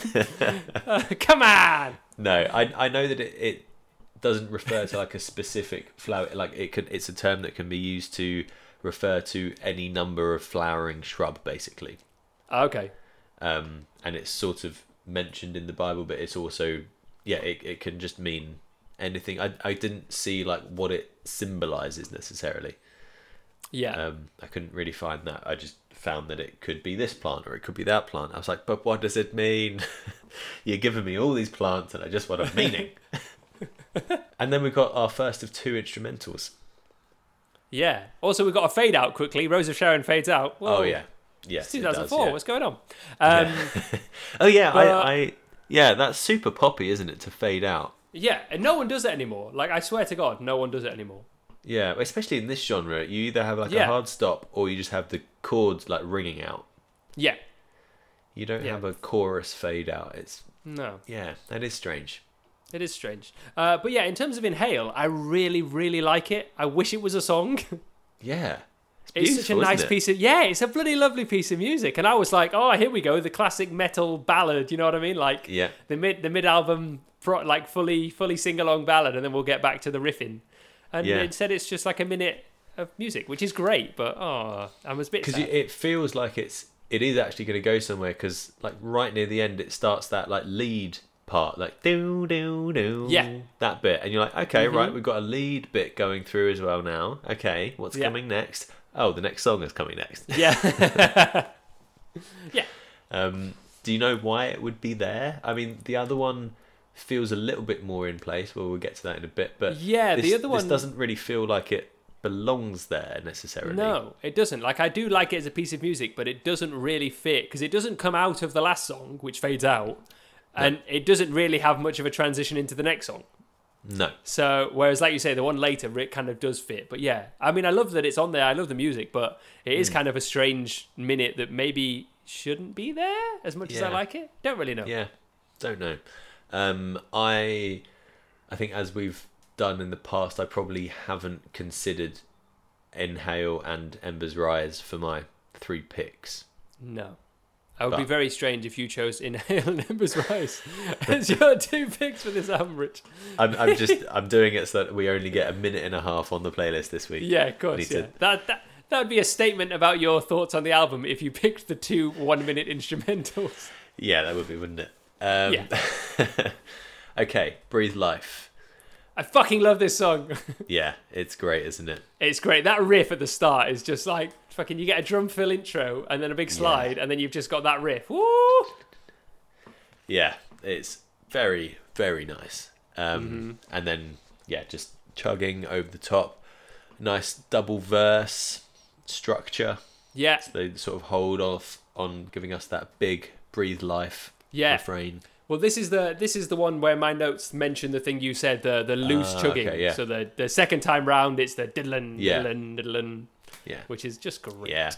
Uh, come on. No, I I know that it, it doesn't refer to like a specific flower. Like it can, it's a term that can be used to refer to any number of flowering shrub, basically. Okay, um, and it's sort of mentioned in the Bible, but it's also yeah, it, it can just mean anything. I I didn't see like what it symbolizes necessarily. yeah, Um, I couldn't really find that. I just found that it could be this plant or it could be that plant. I was like, but what does it mean? You're giving me all these plants, and I just want a meaning. and then we got our first of two instrumentals. yeah. Also, we've got a fade out quickly. Rose of Sharon fades out. Whoa. Oh yeah, yes, It's it does, 2004. yeah. What's going on? Um, Oh yeah, Uh, I, I yeah, that's super poppy, isn't it? To fade out. yeah, and no one does it anymore. Like I swear to God, no one does it anymore. Yeah, especially in this genre, you either have like a Yeah. hard stop or you just have the chords like ringing out. Yeah, You don't Yeah. have a chorus fade out. It's no. yeah, that is strange. It is strange. Uh, but yeah, in terms of Inhale, I really, really like it. I wish it was a song. Yeah, It's such a beautiful, isn't nice it? piece of yeah, it's a bloody lovely piece of music. And I was like, oh, here we go, the classic metal ballad. You know what I mean? Like Yeah, the mid the mid album, pro- like fully fully sing along ballad, and then we'll get back to the riffing. And Yeah. instead, it's just like a minute of music, which is great. But oh, I was a bit because sad. it feels like it's it is actually going to go somewhere. Because like right near the end, it starts that like lead part, like do do do. Yeah. that bit, and you're like, okay, Mhm. right, we've got a lead bit going through as well now. Okay, what's Yeah. coming next? Oh, the next song is coming next. yeah, Um, do you know why it would be there? I mean, the other one feels a little bit more in place. Well, we'll get to that in a bit, but yeah. this, the other this one doesn't really feel like it belongs there necessarily. No, it doesn't. Like I do like it as a piece of music, but it doesn't really fit because it doesn't come out of the last song, which fades out, and it doesn't really have much of a transition into the next song. No. So whereas, like you say, the one later Rick kind of does fit, but yeah, I mean, I love that it's on there. I love the music, but it Mm. is kind of a strange minute that maybe shouldn't be there as much as I Yeah. like it. Don't really know. Yeah. Don't know. Um, I I think as we've done in the past, I probably haven't considered Inhale and Ember's Rise for my three picks. No. I would be But- very strange if you chose Inhale and Ember's Rise as your two picks for this album, Rich. I'm, I'm just I'm doing it so that we only get a minute and a half on the playlist this week. Yeah, of need course. to- Yeah. That, that, that would be a statement about your thoughts on the album if you picked the two one minute instrumentals. Yeah, that would be, wouldn't it? Um, okay, Breathe Life. I fucking love this song. Yeah, it's great, isn't it? It's great. That riff at the start is just like fucking you get a drum fill intro and then a big slide and then you've just got that riff. Woo! Yeah, it's very, very nice. Um, And then, yeah, just chugging over the top. Nice double verse structure. Yeah. They sort of hold off on giving us that big breathe life Yeah. refrain. Well, this is the this is the one where my notes mention the thing you said, the the loose Ah, chugging. okay, yeah. So the the second time round, it's the diddlin, Yeah. diddlin, diddlin, Yeah. which is just great. Yeah.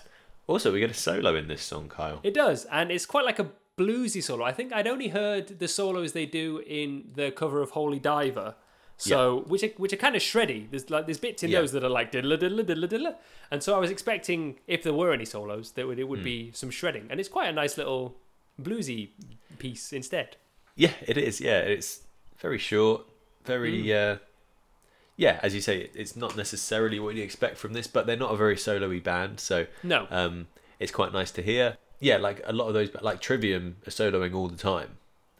Also, we get a solo in this song, Kyle. It does, and it's quite like a bluesy solo. I think I'd only heard the solos they do in the cover of Holy Diver. So, which are, which are kind of shreddy. There's like there's bits in Yeah. those that are like diddle diddle diddle diddle, and so I was expecting if there were any solos, that would, it would be some shredding, and it's quite a nice little bluesy piece instead. Yeah, it is. Yeah, it's very short, very uh yeah, as you say, it- it's not necessarily what you expect from this, but they're not a very solo-y band, so No, um it's quite nice to hear. Yeah, like a lot of those like Trivium are soloing all the time.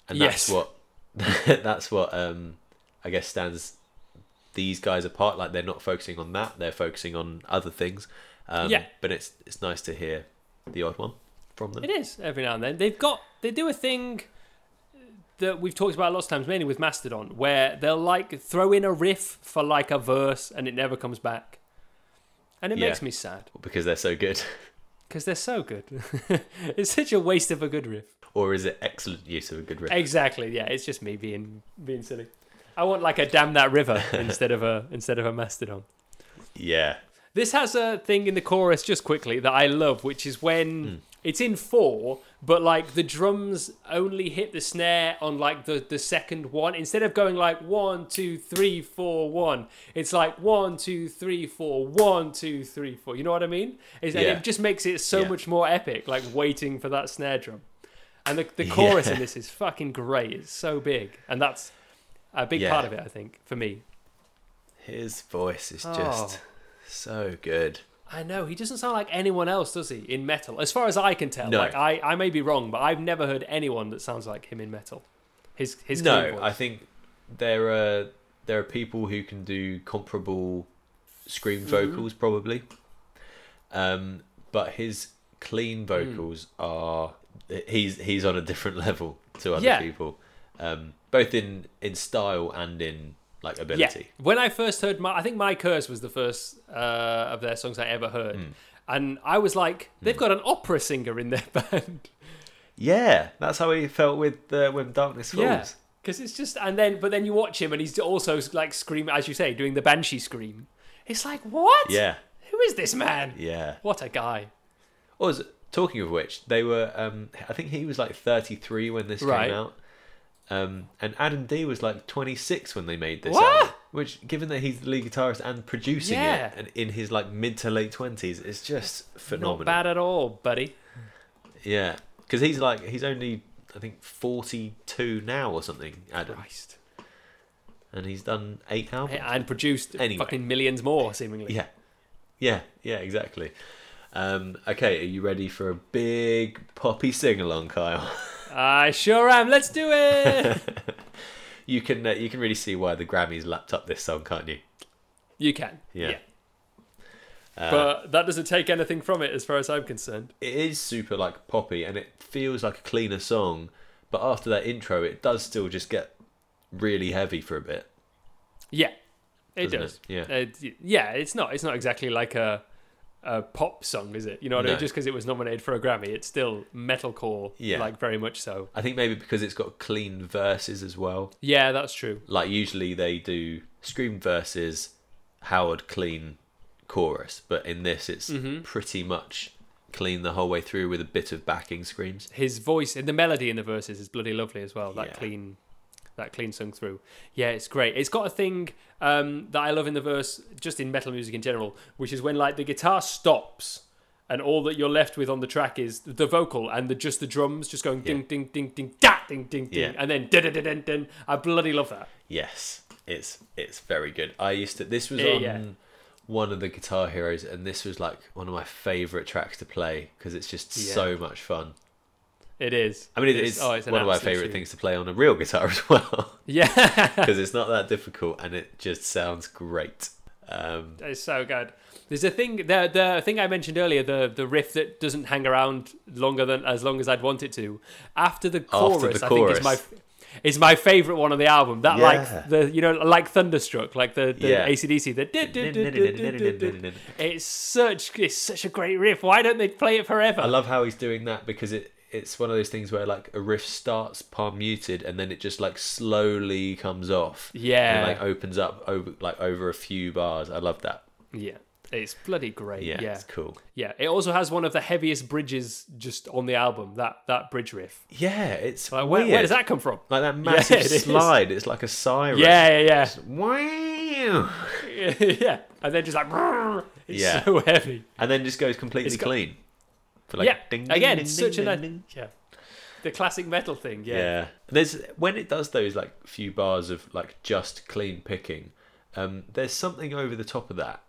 And that's Yes. what that's what um I guess stands these guys apart like they're not focusing on that, they're focusing on other things. Um Yeah. but it's it's nice to hear the odd one from them. It is every now and then. They've got they do a thing that we've talked about lots of times, mainly with Mastodon, where they'll like throw in a riff for like a verse and it never comes back, and it Yeah. makes me sad Because they're so good. because they're so good. it's such a waste of a good riff. or is it excellent use of a good riff? Exactly. Yeah, it's just me being being silly. I want like a damn that river instead of a instead of a Mastodon. Yeah. This has a thing in the chorus, just quickly, that I love, which is when Hmm. it's in four, but like the drums only hit the snare on like the, the second one. Instead of going like one, two, three, four, one, it's like one, two, three, four, one, two, three, four. You know what I mean? It's, And Yeah. it just makes it so Yeah. much more epic, like waiting for that snare drum. And the, the chorus Yeah. in this is fucking great. It's so big. And that's a big Yeah. part of it, I think, for me. His voice is Oh. just so good. I know he doesn't sound like anyone else, does he? In metal, as far as I can tell. No. Like I, I may be wrong, but I've never heard anyone that sounds like him in metal. His his clean no, voice. I think there are there are people who can do comparable scream Mm-hmm. vocals probably. Um but his Hmm. clean vocals are he's he's on a different level to other Yeah. people. Um both in in style and in like ability. Yeah. When I first heard my, I think My Curse was the first uh, of their songs I ever heard. Hmm. And I was like, they've got an opera singer in their band. Yeah, that's how he felt with uh, when darkness falls. yeah. Because it's just, and then, but then you watch him and he's also like scream, as you say, doing the banshee scream. It's like, what? Yeah. Who is this man? Yeah. What a guy. Or is talking of which, they were. Um, I think he was like 33 when this Right. came out, um, and Adam D was like 26 when they made this. What? Album, which, given that he's the lead guitarist and producing Yeah. it, and in his like mid to late 20s, it's just phenomenal. Not bad at all, buddy. Yeah, because he's like he's only I think 42 now or something, Adam, Christ. and he's done eight albums. Eh, and produced Anyway. fucking millions more seemingly. Yeah, yeah, yeah, exactly. Um, okay, are you ready for a big poppy sing along, Kyle? I sure am. Let's do it. you can uh, you can really see why the Grammys lapped up this song, can't you? you can. Yeah. Uh, But that doesn't take anything from it as far as I'm concerned. it is super like poppy, and it feels like a cleaner song. But after that intro, it does still just get really heavy for a bit. Yeah. It doesn't does. it? Yeah. Uh, d- yeah, it's not. It's not exactly like a a pop song, is it? You know what I No. mean? Just because it was nominated for a Grammy, it's still metalcore. Yeah. Like very much so. I think maybe because it's got clean verses as well. Yeah, that's true. Like usually they do Scream verses, Howard clean chorus, but in this it's pretty much clean the whole way through with a bit of backing screams. His voice and the melody in the verses is bloody lovely as well. That Yeah. clean, that clean sung through. Yeah, it's great. It's got a thing um, that I love in the verse, just in metal music in general, which is when like the guitar stops. And all that you're left with on the track is the vocal and the just the drums just going ding ding ding ding da ding ding ding Yeah. and then da da da da da. I bloody love that. Yes, it's it's very good. I used to. This was Yeah, on yeah. one of the Guitar Heroes, and this was like one of my favorite tracks to play because it's just Yeah. so much fun. It is. I mean, it- it's, oh, an one of my absolute favorite tune. things to play on a real guitar as well Yeah, because it's not that difficult and it just sounds great. Um, it's so good. There's a thing the the thing I mentioned earlier, the the riff that doesn't hang around longer than as long as I'd want it to. After the chorus, the I think is chorus. my is my favorite one on the album. That Yeah. like the you know like Thunderstruck, like the, the Yeah. ACDC. The it's such it's such a great riff. Why don't they play it forever? I love how he's doing that because it it's one of those things where like a riff starts palm muted and then it just like slowly comes off. Yeah. and like opens up over like over a few bars. I love that. yeah, it's bloody great. Yeah, yeah, it's cool. yeah. It also has one of the heaviest bridges just on the album. That that bridge riff. Yeah, it's Like, where, where weird. does that come from? Like that massive it is. slide. It's like a siren. Yeah, yeah, Wow. yeah, yeah. And then just like, brrr, it's Yeah. so heavy. And then just goes completely It's got- clean. For like yeah, ding, ding, again, ding, such ding, a ding, nice, ding. yeah, the classic metal thing. Yeah. Yeah, There's when it does those like few bars of like just clean picking, um, there's something over the top of that.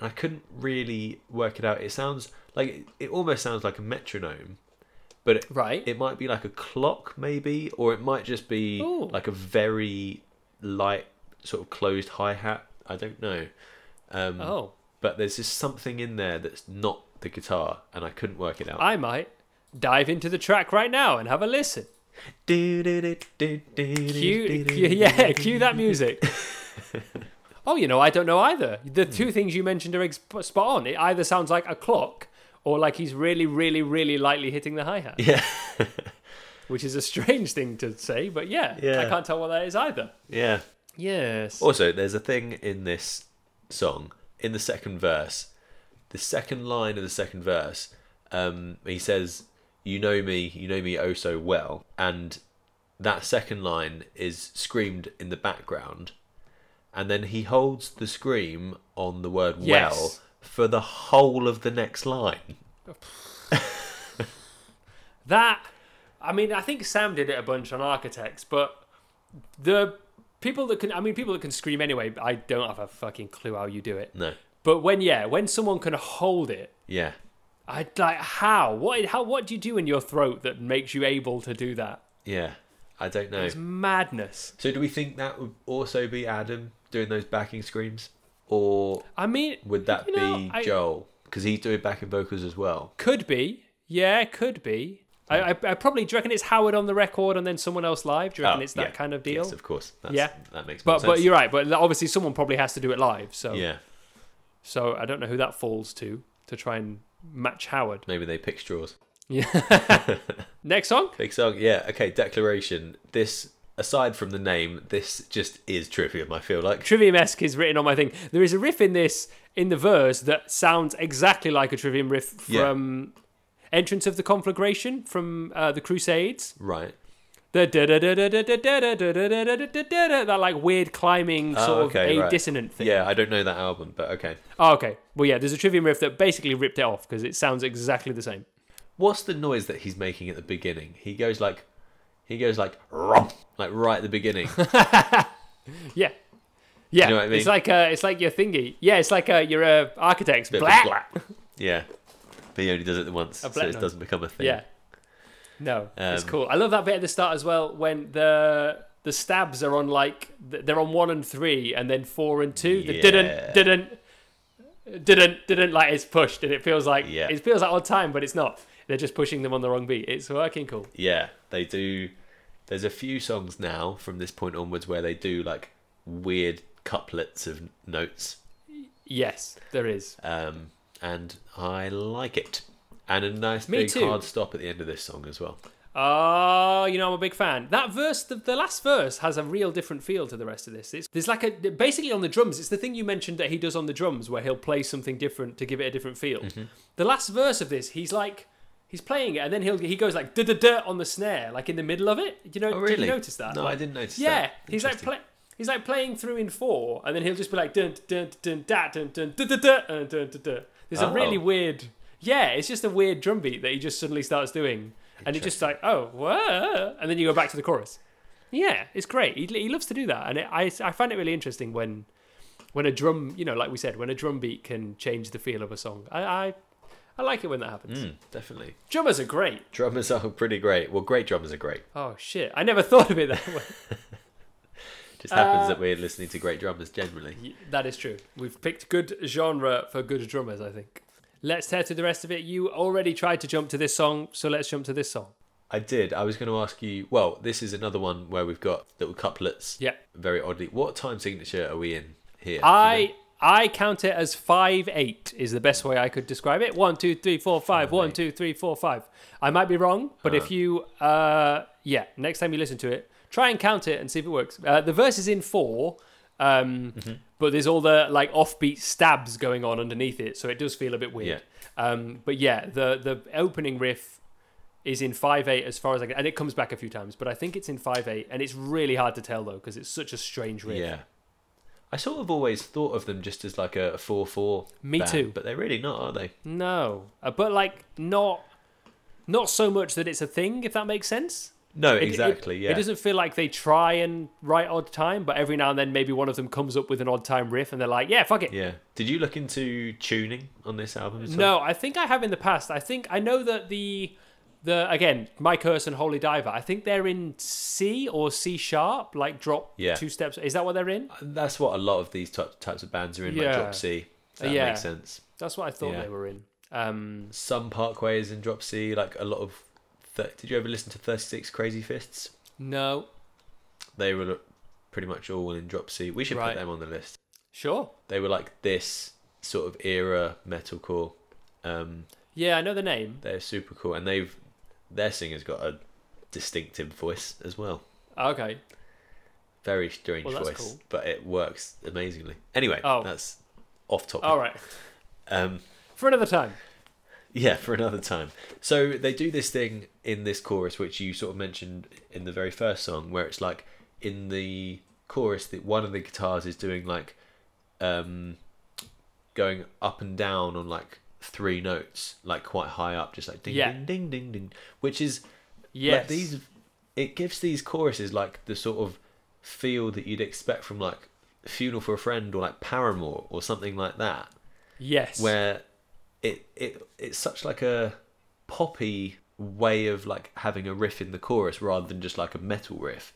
And I couldn't really work it out. It sounds like it, it almost sounds like a metronome. But it, right. it might be like a clock maybe, or it might just be Ooh. like a very light sort of closed hi hat. I don't know. Um, oh, but there's just something in there that's not the guitar, and I couldn't work it out. I might dive into the track right now and have a listen. Cue, cue yeah, cue that music. oh, you know, I don't know either. The Hmm. two things you mentioned are ex- spot on. It either sounds like a clock or like he's really, really, really lightly hitting the hi hat, Yeah, which is a strange thing to say, but yeah, Yeah. I can't tell what that is either. yeah. Yes. Also, there's a thing in this song in the second verse, the second line of the second verse. Um, he says, "You know me, you know me oh so well," and that second line is screamed in the background, and then he holds the scream on the word Yes. "well" for the whole of the next line. That, I mean, I think Sam did it a bunch on Architects, but the people that can, I mean, people that can scream anyway, I don't have a fucking clue how you do it. No, But when, yeah, when someone can hold it, yeah, I like how what how what do you do in your throat that makes you able to do that? yeah. I don't know. It's madness. So, do we think that would also be Adam doing those backing screams, or I mean, Would that You know, be Joel? 'Cause I- Joel? Because he's doing backing vocals as well. could be, yeah, could be. I, I, I probably do you reckon it's Howard on the record and then someone else live. Do you reckon it's that Oh, yeah. kind of deal? Yes, of course. That's, Yeah. that makes more Oh, but but sense. you're right. But obviously someone probably has to do it live. So yeah, So I don't know who that falls to to try and match Howard. maybe they pick straws. Yeah. Next song. Big song, yeah. Okay, declaration. This, aside from the name, this just is trivium. I feel like. Trivium esque is written on my thing. There is a riff in this in the verse that sounds exactly like a Trivium riff Yeah. from Entrance of the Conflagration from uh, the Crusades. Right. The da da da da da da da da da da da da da da da da that like weird climbing Oh, sort okay, of a right. dissonant thing. Yeah, I don't know that album, but okay. Oh, okay. Well, yeah. There's a Trivium riff that basically ripped it off because it sounds exactly the same. What's the noise that he's making at the beginning? He goes like, he goes like, "Rom," like right at the beginning. Yeah. Yeah, You know what I mean? it's like uh, it's like your thingy. Yeah, it's like uh, your uh, architect's Bit of a black. blap. Yeah. But he only does it once, so black it noise. doesn't become a thing. Yeah. No, it's Um, cool. I love that bit at the start as well when the the stabs are on like th- they're on one and three and then four and two. The Yeah. didn't didn't didn't didn't like it's pushed and it feels like Yeah. it feels like odd time, but it's not. They're just pushing them on the wrong beat. It's working cool. yeah, they do. There's a few songs now from this point onwards where they do like weird couplets of notes, Yes, there is. um, and I like it. And a nice Me big too. hard stop at the end of this song as well. Oh, you know, I'm a big fan. That verse, the, the last verse, has a real different feel to the rest of this. It's, there's like a, basically on the drums, it's the thing you mentioned that he does on the drums where he'll play something different to give it a different feel. Mm-hmm. The last verse of this, he's like, he's playing it and then he'll, he goes like, da da da on the snare, like in the middle of it. You know, Oh, did really? you notice that? No, Like- I didn't notice yeah, that. he's like Interesting. play, he's like playing through in four, and then he'll just be like dun dun dun da dun dun dun dun dun dun dun. dun, dun. There's a really Oh. weird, yeah, it's just a weird drum beat that he just suddenly starts doing, and you're just like, oh, what? And then you go back to the chorus. Yeah, it's great. He, he loves to do that, and it, I I find it really interesting when when a drum, you know, like we said, when a drum beat can change the feel of a song. I I, I like it when that happens. Mm, definitely. Drummers are great. Drummers are pretty great. Well, great drummers are great. Oh shit, I never thought of it that way. Just happens Uh, that we're listening to great drummers generally. Y- That is true. We've picked good genre for good drummers, I think. Let's tear to the rest of it. You already tried to jump to this song, so let's jump to this song. I did. I was going to ask you. Well, this is another one where we've got little couplets. Yeah. Very oddly. What time signature are we in here? I I count it as five eight is the best way I could describe it. One two three four five. Uh-huh. One two three four five. I might be wrong, but if you uh yeah, next time you listen to it, try and count it and see if it works. Uh, the verse is in four, um, but there's all the like offbeat stabs going on underneath it, so it does feel a bit weird. Um, but yeah, the the opening riff is in five eight as far as I can, and it comes back a few times, but I think it's in five eight, and it's really hard to tell though because it's such a strange riff. Yeah. I sort of always thought of them just as like a four four. Me too. But they're really not, are they? No, Uh, but like not not so much that it's a thing, if that makes sense. No, It- it- exactly. yeah. It doesn't feel like they try and write odd time, but every now and then maybe one of them comes up with an odd time riff, and they're like, "Yeah, fuck it." Yeah. Did you look into tuning on this album? At all? No, I think I have in the past. I think I know that the the again, My Curse and Holy Diver. I think they're in C or C sharp, like drop Yeah. two steps. Is that what they're in? That's what a lot of these types types of bands are in, like Yeah. Drop C. if That Yeah. makes sense. That's what I thought Yeah. they were in. Um, Some Parkway is in Drop C. Like a lot of. Th- Did you ever listen to Thirty Six Crazy Fists? no, They were pretty much all in Drop C. We should Right. put them on the list. sure. They were like this sort of era metalcore. Um, Yeah, I know the name. they're super cool, and they've their singer's got a distinctive voice as well. Okay. Very strange Well, that's voice, cool. but it works amazingly. Anyway, Oh. that's off topic. All right. Um, For another time. yeah, for another time. So they do this thing in this chorus, which you sort of mentioned in the very first song, where it's like in the chorus that one of the guitars is doing like um, going up and down on like three notes, like quite high up, just like ding Yeah. ding ding ding ding, which is Yes. like these it gives these choruses like the sort of feel that you'd expect from like Funeral for a Friend or like Paramore or something like that Yes. where it it it's such like a poppy way of like having a riff in the chorus rather than just like a metal riff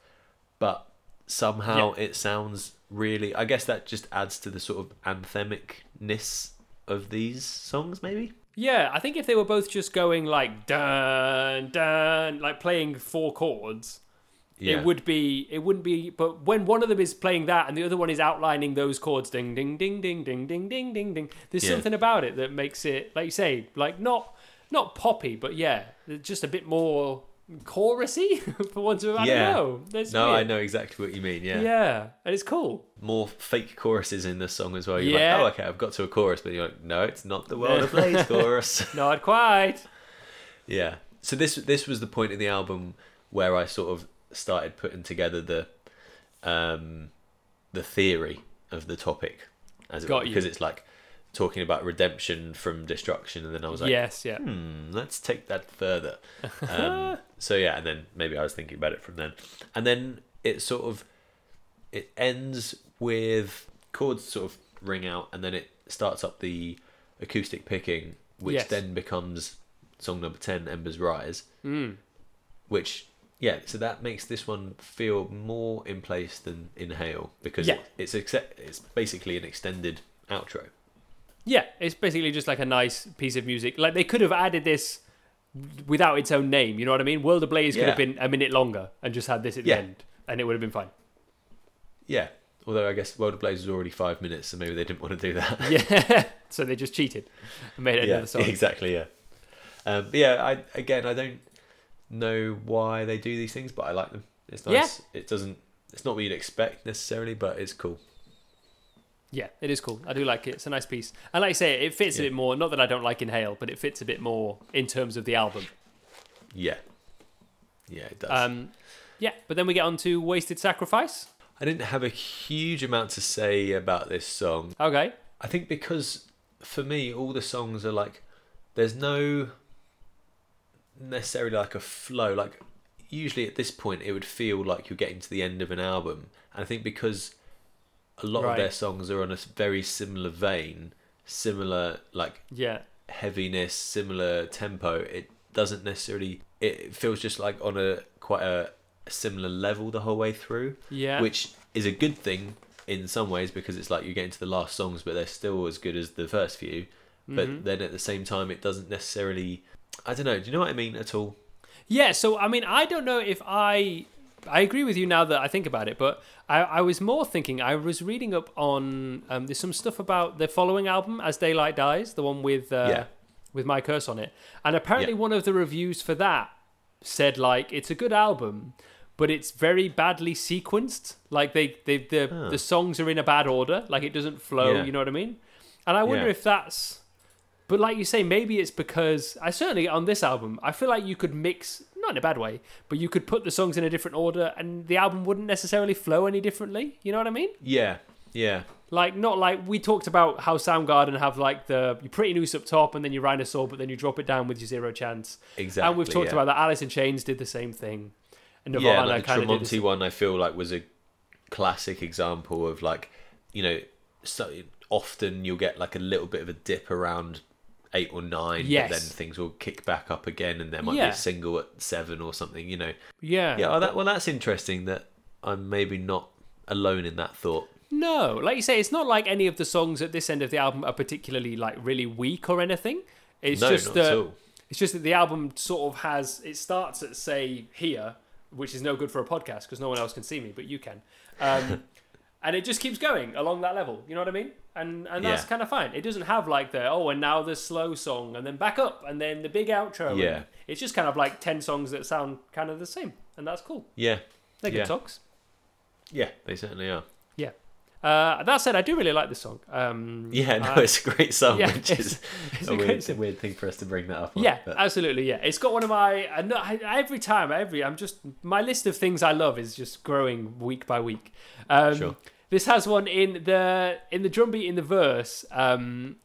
but somehow it sounds really i guess that just adds to the sort of anthemicness of these songs maybe yeah, I think if they were both just going like dun dun, like playing four chords, it would be it wouldn't be. But when one of them is playing that and the other one is outlining those chords, ding ding ding ding ding ding ding ding ding. There's Yeah. something about it that makes it, like you say, like not not poppy, but yeah, just a bit more chorusy for once. I Yeah. don't know. That's no i weird. know exactly what you mean yeah. Yeah, and it's cool. more fake choruses in this song as well you're Yeah. like oh okay i've got to a chorus but you're like no it's not the world of blaze chorus Not quite. Yeah. So this this was the point in the album where I sort of started putting together the um the theory of the topic as it Got were, you. because it's like talking about redemption from destruction and then I was like, yes. Yeah. hmm, let's take that further. Um, so yeah, and then maybe I was thinking about it from then. And then it sort of it ends with chords sort of ring out and then it starts up the acoustic picking which Yes. then becomes song number 10 embers rise Mm. which yeah so that makes this one feel more in place than inhale because Yeah. it's except it's basically an extended outro Yeah, it's basically just like a nice piece of music. Like they could have added this without its own name. You know what I mean? World of Blaze could have Yeah. been a minute longer and just had this at Yeah. the end, and it would have been fine. yeah Although I guess World of Blaze was already five minutes, so maybe they didn't want to do that. yeah. so they just cheated and made it yeah, another song. exactly. Yeah. Um, but yeah. I again, I don't know why they do these things, but I like them. It's Yeah. nice. It doesn't. It's not what you'd expect necessarily, but it's cool. Yeah, it is cool. I do like it. It's a nice piece. And like I say, it fits a Yeah. bit more. Not that I don't like Inhale, but it fits a bit more in terms of the album. Yeah. Yeah, it does. Um, yeah, but then we get on to Wasted Sacrifice. I didn't have a huge amount to say about this song. Okay. I think because for me, all the songs are like, there's no necessarily like a flow. Like, usually at this point, it would feel like you're getting to the end of an album. And I think because a lot Right. of their songs are on a s- very similar vein, similar like Yeah. heaviness, similar tempo, it doesn't necessarily. It feels just like on a quite a similar level the whole way through Yeah. which is a good thing in some ways because it's like you get into the last songs but they're still as good as the first few Mm-hmm. but then at the same time it doesn't necessarily i don't know do you know what i mean at all Yeah, so I mean, I don't know if I I agree with you now that I think about it, but I, I was more thinking I was reading up on um, there's some stuff about the following album, As Daylight Dies, the one with uh, Yeah. with my curse on it, and apparently Yeah. one of the reviews for that said like it's a good album, but it's very badly sequenced. Like they they the the songs are in a bad order, like it doesn't flow. Yeah. You know what I mean? And I wonder Yeah. if that's but like you say, maybe it's because I certainly on this album, I feel like you could mix not in a bad way, but you could put the songs in a different order and the album wouldn't necessarily flow any differently. You know what I mean? yeah yeah Like not like we talked about how Soundgarden have like the you pretty noose up top and then you rhinosaur, but then you drop it down with your zero chance. exactly and we've talked yeah. about that. Alice in Chains did the same thing. And yeah Nirvana like the kind of did the tremonti same. one i feel like was a classic example of like you know so often you'll get like a little bit of a dip around eight or nine Yes. but then things will kick back up again and there might be Yeah. a single at seven or something you know Yeah. Yeah, oh, that, well, that's interesting that I'm maybe not alone in that thought. No, like you say, it's not like any of the songs at this end of the album are particularly like really weak or anything. It's no, just not that at all. it's just that the album sort of has it starts at say here, which is no good for a podcast because no one else can see me, but you can. Um, and it just keeps going along that level. You know what I mean? And and that's Yeah. kind of fine. It doesn't have like the oh and now the slow song and then back up and then the big outro. and Yeah. it's just kind of like ten songs that sound kind of the same, and that's cool. Yeah, They're Yeah. good songs. yeah, they certainly are. Yeah. Uh, that said, I do really like this song. Um, Yeah, no, I- it's a great song, yeah, which it's- is it's a, a great weird, song. weird thing for us to bring that up. on, yeah, but- absolutely. Yeah, it's got one of my. I know, I, every time, every I'm just my list of things I love is just growing week by week. Um, Sure. This has one in the in the drum beat in the verse. Um,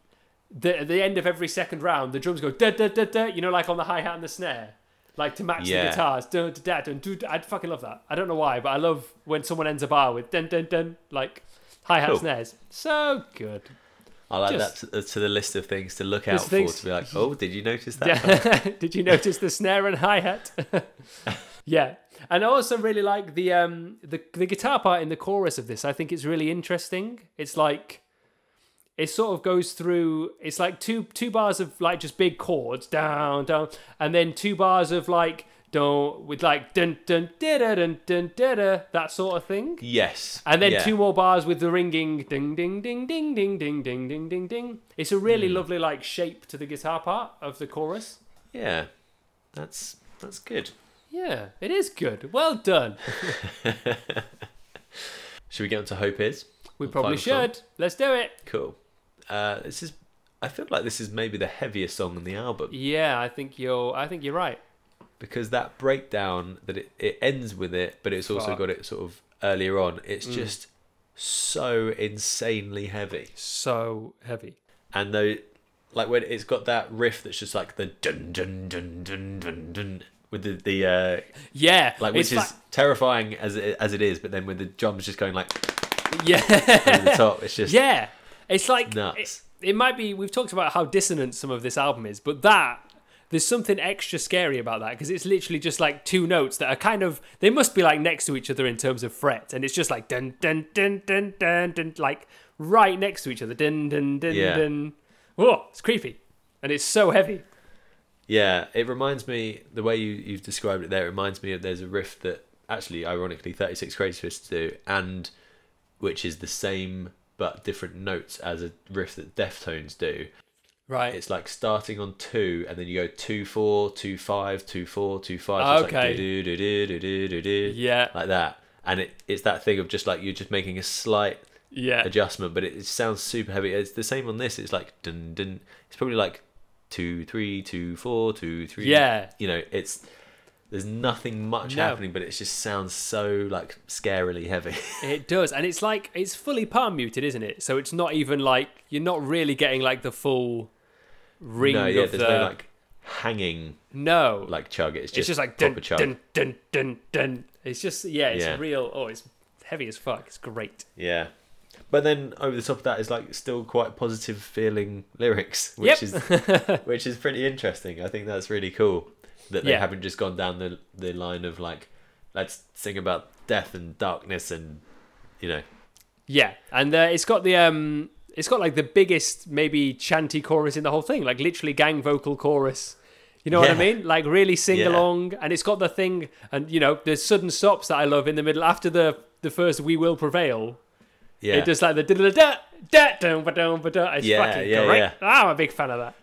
the at the end of every second round, the drums go da da da da. You know, like on the hi hat and the snare, like to match the Yeah. guitars. Dun, da, da, dun, dun, dun. I fucking love that. I don't know why, but I love when someone ends a bar with dun dun dun like hi hat Cool. snares. So good. I'll add just- that to, to the list of things to look out for things- to be like, oh, did you notice that? Yeah. Did you notice the snare and hi hat? yeah, and I also really like the um the the guitar part in the chorus of this. I think it's really interesting. It's like it sort of goes through. It's like two two bars of like just big chords down down, and then two bars of like don't with like dun dun da da dun dun da da that sort of thing. Yes. And then yeah. two more bars with the ringing ding ding ding ding ding ding ding ding ding ding. It's a really Hmm. lovely like shape to the guitar part of the chorus. Yeah, that's that's good. Yeah, it is good. Well done. Should we get on to Hope Is? We The probably final song? should. Let's do it. Cool. Uh, this is. I feel like this is maybe the heaviest song on the album. Yeah, I think you're. I think you're right. because that breakdown that it, it ends with it but it's also Fuck. Mm. got it sort of earlier on it's just so insanely heavy So heavy. and though like when it's got that riff that's just like the dun dun dun dun dun dun with the, the uh Yeah, like which it's is terrifying as it, as it is but then with the drums just going like like- over the yeah, top it's just yeah. It's like Nuts. It, it might be. We've talked about how dissonant some of this album is, but that there's something extra scary about that because it's literally just like two notes that are kind of they must be like next to each other in terms of fret, and it's just like dun dun dun dun dun dun like right next to each other. Dun dun dun Yeah. dun. Oh, it's creepy, and it's so heavy. Yeah, it reminds me the way you, you've described it there. It reminds me of there's a riff that actually, ironically, Thirty Six Crazy Fists do, and which is the same but different notes as a riff that Deftones do. Right. It's like starting on two, and then you go two four, two five, two four, two five. So Okay. It's like do do do do do do do. Yeah. Like that, and it, it's that thing of just like you're just making a slight yeah. adjustment, but it, it sounds super heavy. It's the same on this. It's like dun dun. It's probably like two three, two four, two three. Yeah. You know, it's there's nothing much No. happening, but it just sounds so like scarily heavy. It does, and it's like it's fully palm muted, isn't it? So it's not even like you're not really getting like the full ring no, yeah. of There's the no like hanging no. like chug. It's just, it's just like proper dun, chug. dun dun dun dun. It's just yeah, it's Yeah. real. Oh, it's heavy as fuck. It's great. Yeah. But then over the top of that is like still quite positive feeling lyrics, which Yep. is which is pretty interesting. I think that's really cool that they Yeah. haven't just gone down the the line of like let's sing about death and darkness and you know Yeah, and uh, it's got the um, it's got like the biggest maybe chanty chorus in the whole thing, like literally gang vocal chorus. You know what I Yeah. mean? Like really sing along, and it's got the thing, and you know the sudden stops that I love in the middle after the the first "We Will Prevail." yeah It does like the da da da da da ba da ba da. It's Yeah, fucking yeah, great. Ah, yeah. I'm a big fan of that.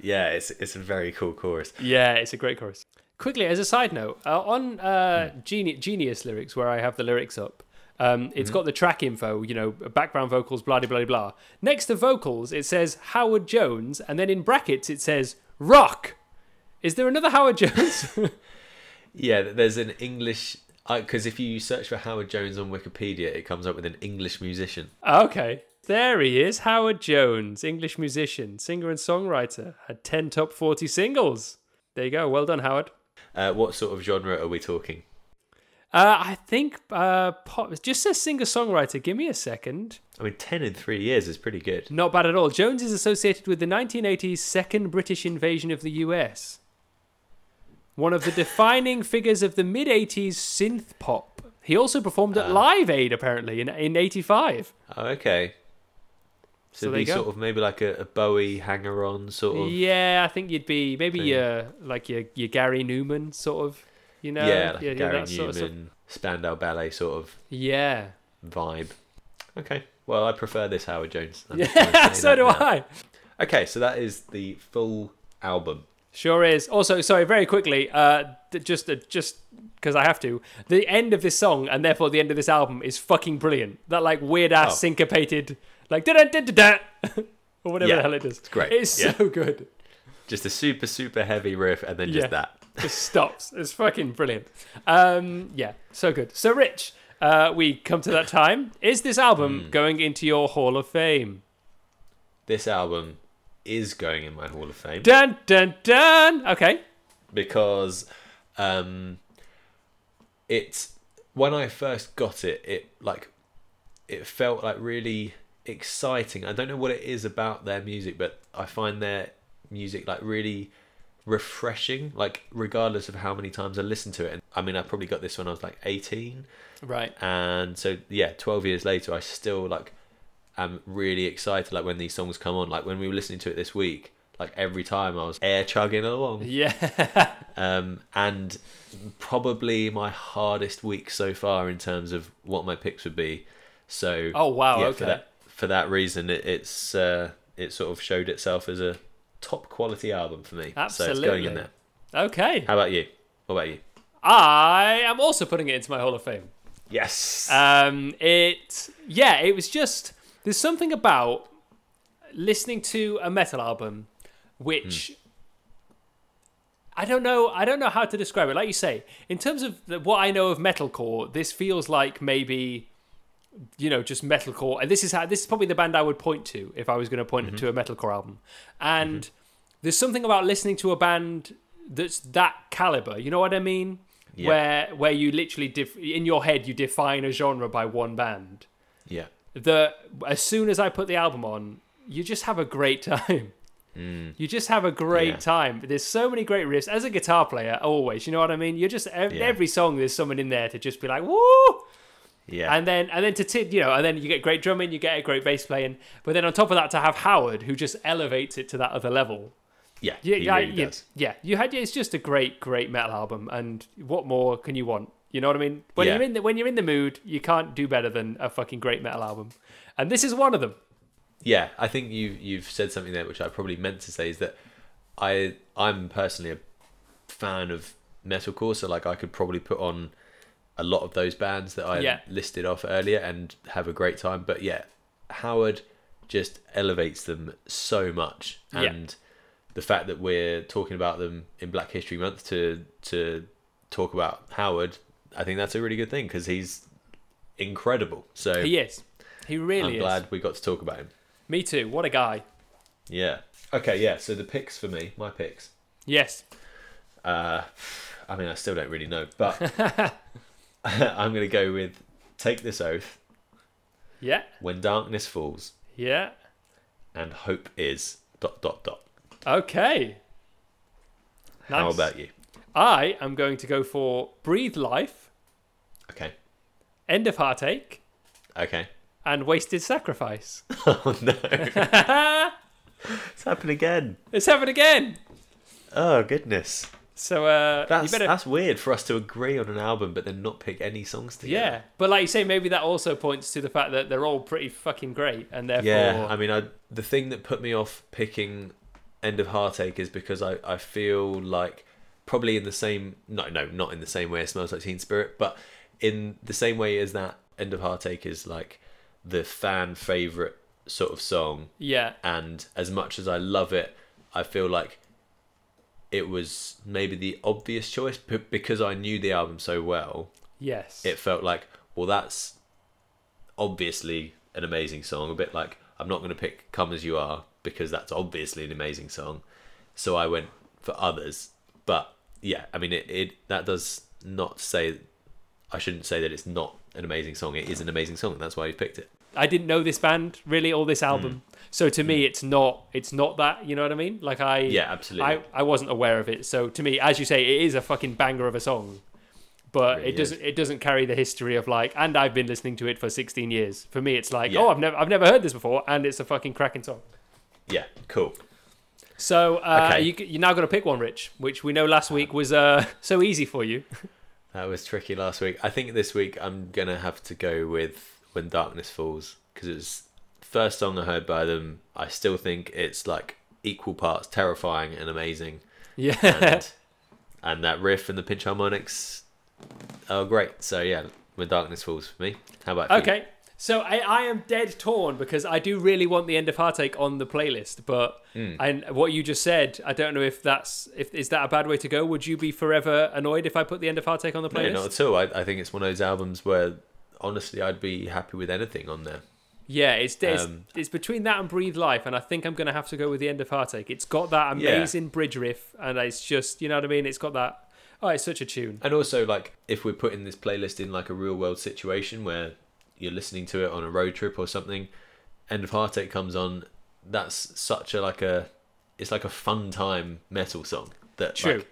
yeah it's it's a very cool chorus. Yeah, it's a great chorus. Quickly, as a side note, uh, on uh, Geni- Genius lyrics, where I have the lyrics up, um, it's got the track info, you know, background vocals, blah, blah, blah, blah. Next to vocals, it says Howard Jones, and then in brackets, it says rock. Is there another Howard Jones? Yeah, th- there's an English because if you search for Howard Jones on Wikipedia, it comes up with an English musician. okay. There he is, Howard Jones, English musician, singer, and songwriter. Had 10 top 40 singles. There you go. Well done, Howard. Uh, what sort of genre are we talking? Uh, I think uh, pop, it just says singer songwriter. Give me a second. I mean, ten in three years is pretty good. Not bad at all. Jones is associated with the 1980s second British invasion of the US. One of the defining figures of the mid 80s synth pop. He also performed Ah. at Live Aid, apparently, in, in 85. Oh, okay. So So, there you it'd be go. sort of maybe like a, a Bowie hanger on sort of. Yeah, Yeah, I think you'd be maybe Thing. your, like your, your Gary Newman, sort of, you know? like a Gary that Newman, sort of stuff. Spandau Ballet sort of Yeah. vibe. Okay. Well, I prefer this Howard Jones. I'm just gonna Yeah, say so that do now. I. Okay, so that is the full album. Sure is. Also, sorry, very quickly, uh, th- just uh, just because I have to. The end of this song, and therefore the end of this album, is fucking brilliant. That like weird ass Oh. syncopated, like da da da da da, or whatever Yeah, the hell it is. it's great, It's yeah. so good. Just a super, super heavy riff and then just Yeah. that. Just stops. It's fucking brilliant. Um, yeah, so good. So Rich, uh, we come to that time. Is this album Hmm. going into your Hall of Fame? This album is going in my Hall of Fame Dun dun dun. Okay. because um, it's when I first got it, it like it felt like really exciting. I don't know what it is about their music, but I find their music like really refreshing. Like regardless of how many times I listen to it, and I mean, I probably got this when I was like eighteen, Right. and so yeah, twelve years later, I still like am really excited. Like when these songs come on, like when we were listening to it this week, like every time I was air chugging along Yeah. um, and probably my hardest week so far in terms of what my picks would be. So, Oh, wow, yeah, okay. for that for that reason, it, it's uh, it sort of showed itself as a top quality album for me. so it's going Absolutely. in there. okay. How about you? What about you? I am also putting it into my Hall of Fame. Yes. Um, it yeah, it was just there's something about listening to a metal album, which I don't know. I don't know how to describe it. Like you say, in terms of the, what I know of metalcore, this feels like maybe you know just metalcore. And this is how this is probably the band I would point to if I was going to point to a metalcore album. And there's something about listening to a band that's that caliber. You know what I mean? Yeah. Where where you literally def- in your head you define a genre by one band. yeah. The as soon as I put the album on, you just have a great time. You just have a great Mm. Yeah. time. There's so many great riffs. As a guitar player, always, you know what I mean. You're just ev- Yeah. every song there's someone in there to just be like, woo! Yeah. and then and then to t- you know and then you get great drumming you get a great bass playing but then on top of that to have howard who just elevates it to that other level yeah. yeah he yeah, really yeah, does. yeah you had it's just a great great metal album and what more can you want You know what I mean? When Yeah. you're in the, when you're in the mood, you can't do better than a fucking great metal album, and this is one of them. yeah, I think you you've said something there which I probably meant to say is that I I'm personally a fan of metalcore, so like I could probably put on a lot of those bands that I Yeah. listed off earlier and have a great time. But yeah, Howard just elevates them so much, Yeah. and the fact that we're talking about them in Black History Month to to talk about Howard, I think that's a really good thing because he's incredible. So He is. He I'm really is. glad we got to talk about him. Me too. What a guy. Yeah. Okay, yeah, so the picks for me, my picks. Yes. Uh, I mean, I still don't really know, but I'm going to go with Take This Oath, Yeah. When Darkness Falls, Yeah. and Hope Is. Dot, dot, dot. Okay. Nice. How about you? I am going to go for Breathe Life, Okay. End of Heartache, Okay. and Wasted Sacrifice. Oh, no. it's happened again. it's happened again. Oh, goodness. So uh, That's, you better. that's weird for us to agree on an album but then not pick any songs yeah. together. but like you say, maybe that also points to the fact that they're all pretty fucking great, and therefore, Yeah, I mean, I the thing that put me off picking End of Heartache is because I, I feel like probably in the same no no not in the same way as Smells Like Teen Spirit, but in the same way as that End of Heartache is like the fan favorite sort of song, yeah, and as much as I love it, I feel like it was maybe the obvious choice b- because I knew the album so well yes, it felt like, well, that's obviously an amazing song. A bit like, I'm not going to pick Come As You Are because that's obviously an amazing song. So I went for others. But yeah, I mean, it, it that does not say, I shouldn't say that it's not an amazing song. It is an amazing song. That's why you picked it. I didn't know this band really or this album. Mm. So to me, it's not it's not that. You know what I mean? Like I Yeah, absolutely. I, I wasn't aware of it. So to me, as you say, it is a fucking banger of a song, but It it, really doesn't it doesn't carry the history of like. And I've been listening to it for 16 years. For me, it's like Yeah. oh, I've never I've never heard this before, and it's a fucking cracking song. yeah, cool. So uh, Okay. you, you're now going to pick one, Rich, which we know last week was uh, so easy for you. That was tricky last week. I think this week I'm going to have to go with When Darkness Falls because it's first song I heard by them. I still think it's like equal parts terrifying and amazing. Yeah, and, and that riff and the pinch harmonics are great. So yeah, when darkness falls for me. How about for you? Okay. So I, I am dead torn because I do really want the end of heartache on the playlist, but Hmm. and what you just said, I don't know if that's if is that a bad way to go. Would you be forever annoyed if I put the end of heartache on the No, playlist? not at all. I, I think it's one of those albums where honestly I'd be happy with anything on there. yeah, it's, it's Um, it's between that and breathe life, and I think I'm gonna have to go with the end of heartache. It's got that Yeah. amazing bridge riff, and it's just you know what I mean. It's got that. Oh, it's such a tune. And also like if we're putting this playlist in like a real world situation where you're listening to it on a road trip or something, End of Heartache comes on, that's such a like a it's like a fun time metal song that True. like,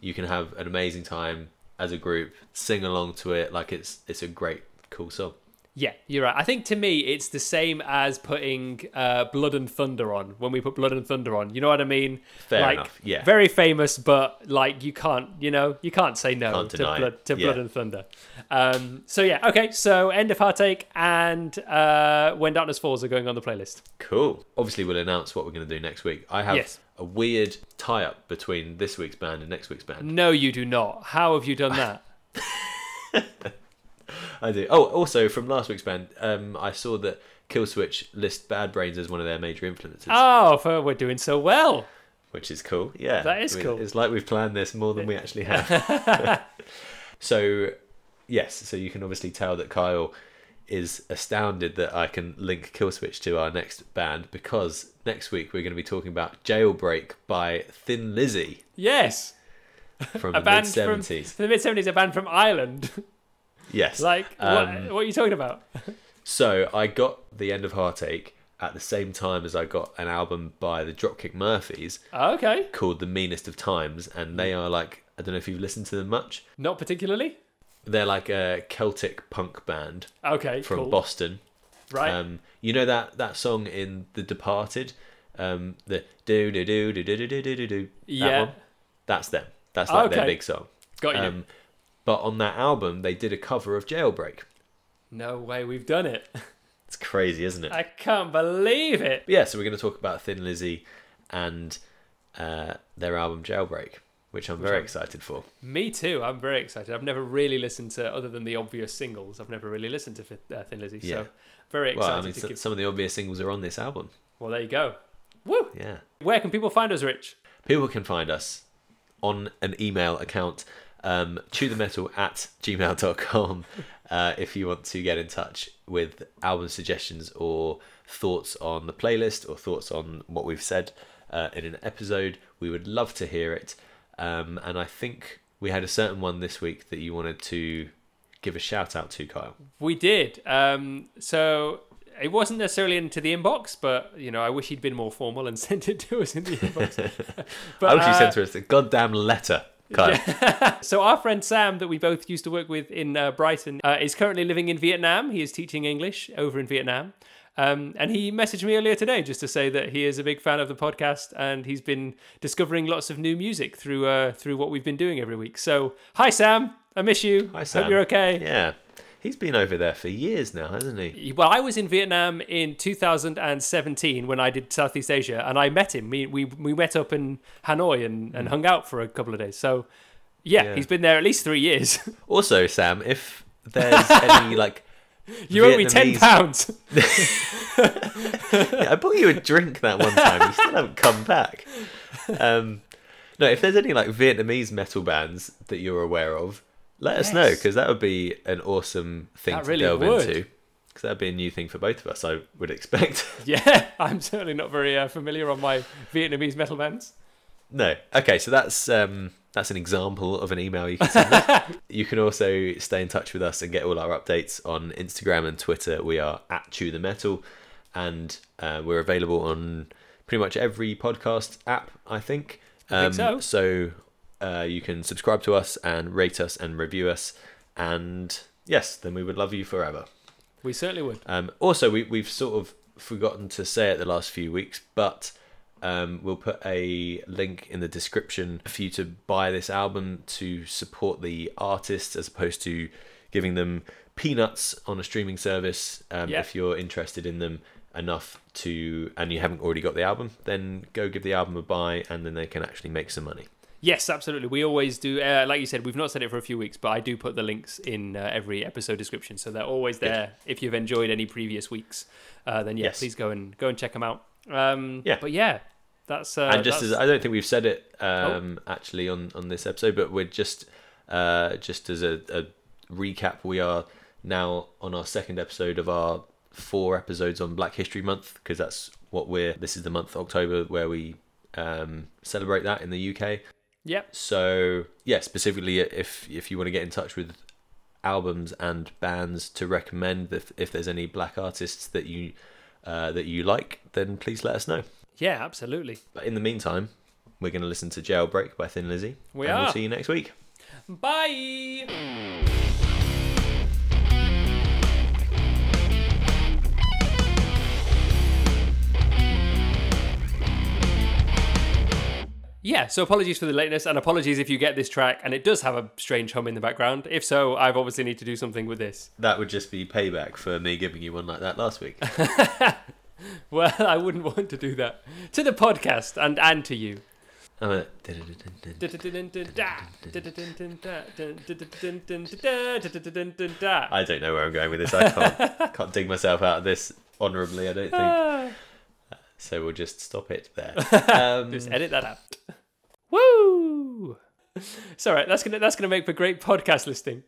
you can have an amazing time as a group, sing along to it, like it's it's a great cool song. Yeah, you're right. I think to me, it's the same as putting uh, Blood and Thunder on when we put Blood and Thunder on. You know what I mean? Fair like, enough, yeah. Very famous, but like you can't, you know, you can't say no Can't to, deny it, blood, to yeah. Blood and Thunder. Um, so yeah, okay. So End of Heartache and uh, When Darkness Falls are going on the playlist. Cool. Obviously, we'll announce what we're going to do next week. I have Yes. a weird tie up between this week's band and next week's band. No, you do not. How have you done that? I do. Oh, also from last week's band, um, I saw that Killswitch list Bad Brains as one of their major influences, oh, for, we're doing so well. which is cool. Yeah, That is We- cool. It's like we've planned this more than we actually have. so, yes. So you can obviously tell that Kyle is astounded that I can link Killswitch to our next band because next week we're going to be talking about Jailbreak by Thin Lizzy Yes, from a the band mid from, seventies. from the mid seventies. A band from Ireland. Yes. like, Um, what, what are you talking about? So I got the end of Heartache at the same time as I got an album by the Dropkick Murphys Okay, called The Meanest of Times, and they are like I don't know if you've listened to them much. not particularly. They're like a Celtic punk band Okay, from cool. Boston. Right. Um, you know that that song in The Departed, um, the do do do do do do do do do. Yeah. That's them. That's like their Okay. big song. Got you. Um, But on that album, they did a cover of Jailbreak. No way, we've done it. It's crazy, isn't it? I can't believe it. But yeah, so we're going to talk about Thin Lizzy and uh, their album Jailbreak, which I'm very excited for. Me too. I'm very excited. I've never really listened to other than the obvious singles. I've never really listened to Fi- uh, Thin Lizzy, Yeah. so very Well, excited I mean, to so- give. some of the obvious singles are on this album. Well, there you go. Woo! Yeah. Where can people find us, Rich? People can find us on an email account, um, chewthemetal at gmail.com, uh, if you want to get in touch with album suggestions or thoughts on the playlist or thoughts on what we've said uh, in an episode. We would love to hear it. Um, and I think we had a certain one this week that you wanted to give a shout out to, Kyle. We did. Um, so it wasn't necessarily into the inbox, but you know, I wish he'd been more formal and sent it to us in the inbox. but, I wish you uh, sent to us a goddamn letter, Kyle. So our friend Sam, that we both used to work with in uh, Brighton, uh, is currently living in Vietnam. He is teaching English over in Vietnam. Um, and he messaged me earlier today just to say that he is a big fan of the podcast and he's been discovering lots of new music through uh, through what we've been doing every week. So hi Sam, I miss you. Hi, Sam. Hope you're okay. Yeah. He's been over there for years now, hasn't he? Well, I was in Vietnam in 2017 when I did Southeast Asia, and I met him. We we, we met up in Hanoi and, and hung out for a couple of days. So, yeah, Mm. Yeah. he's been there at least three years. Also, Sam, if there's any like, you owe me ten Vietnamese- pounds. I bought you a drink that one time. You still haven't come back. Um, no, if there's any like Vietnamese metal bands that you're aware of, let us know Yes. because that would be an awesome thing That to really delve would. into. Because that'd be a new thing for both of us, I would expect. yeah, I'm certainly not very uh, familiar on my Vietnamese metal bands. No. Okay, so that's um, that's an example of an email you can send. us. you can also stay in touch with us and get all our updates on Instagram and Twitter. We are at Chew the Metal, and uh, we're available on pretty much every podcast app, I think. I think Um, so uh, you can subscribe to us and rate us and review us, and yes, then we would love you forever. We certainly would. Um, also, we, we've sort of forgotten to say it the last few weeks, but um, we'll put a link in the description for you to buy this album to support the artists as opposed to giving them peanuts on a streaming service. Um, Yeah. If you're interested in them enough to, and you haven't already got the album, then go give the album a buy and then they can actually make some money. Yes, absolutely. We always do. Uh, like you said, we've not said it for a few weeks, but I do put the links in uh, every episode description, so they're always there. If you've enjoyed any previous weeks, uh, then yeah, Yes. please go and go and check them out. Um, Yeah. but yeah, that's uh, and just that's- as Oh. I don't think we've said it um, actually on, on this episode, but we're just uh, just as a, a recap, we are now on our second episode of our four episodes on Black History Month because that's what we're. This is the month October where we um, celebrate that in the UK. yep, So yeah, specifically if if you want to get in touch with albums and bands to recommend, if, if there's any black artists that you uh, that you like, then please let us know. yeah, absolutely. But in the meantime, we're going to listen to Jailbreak by Thin Lizzy. We and are. We'll see you next week. Bye. Yeah, so apologies for the lateness and apologies if you get this track and it does have a strange hum in the background. If so, I've obviously need to do something with this. That would just be payback for me giving you one like that last week. Well, I wouldn't want to do that to the podcast and and to you. I'm a- I don't know where I'm going with this. I can't, can't dig myself out of this honourably, I don't think. Ah. So we'll just stop it there. Um, Just edit that out. Woo! It's all right. That's gonna that's gonna make for great podcast listening.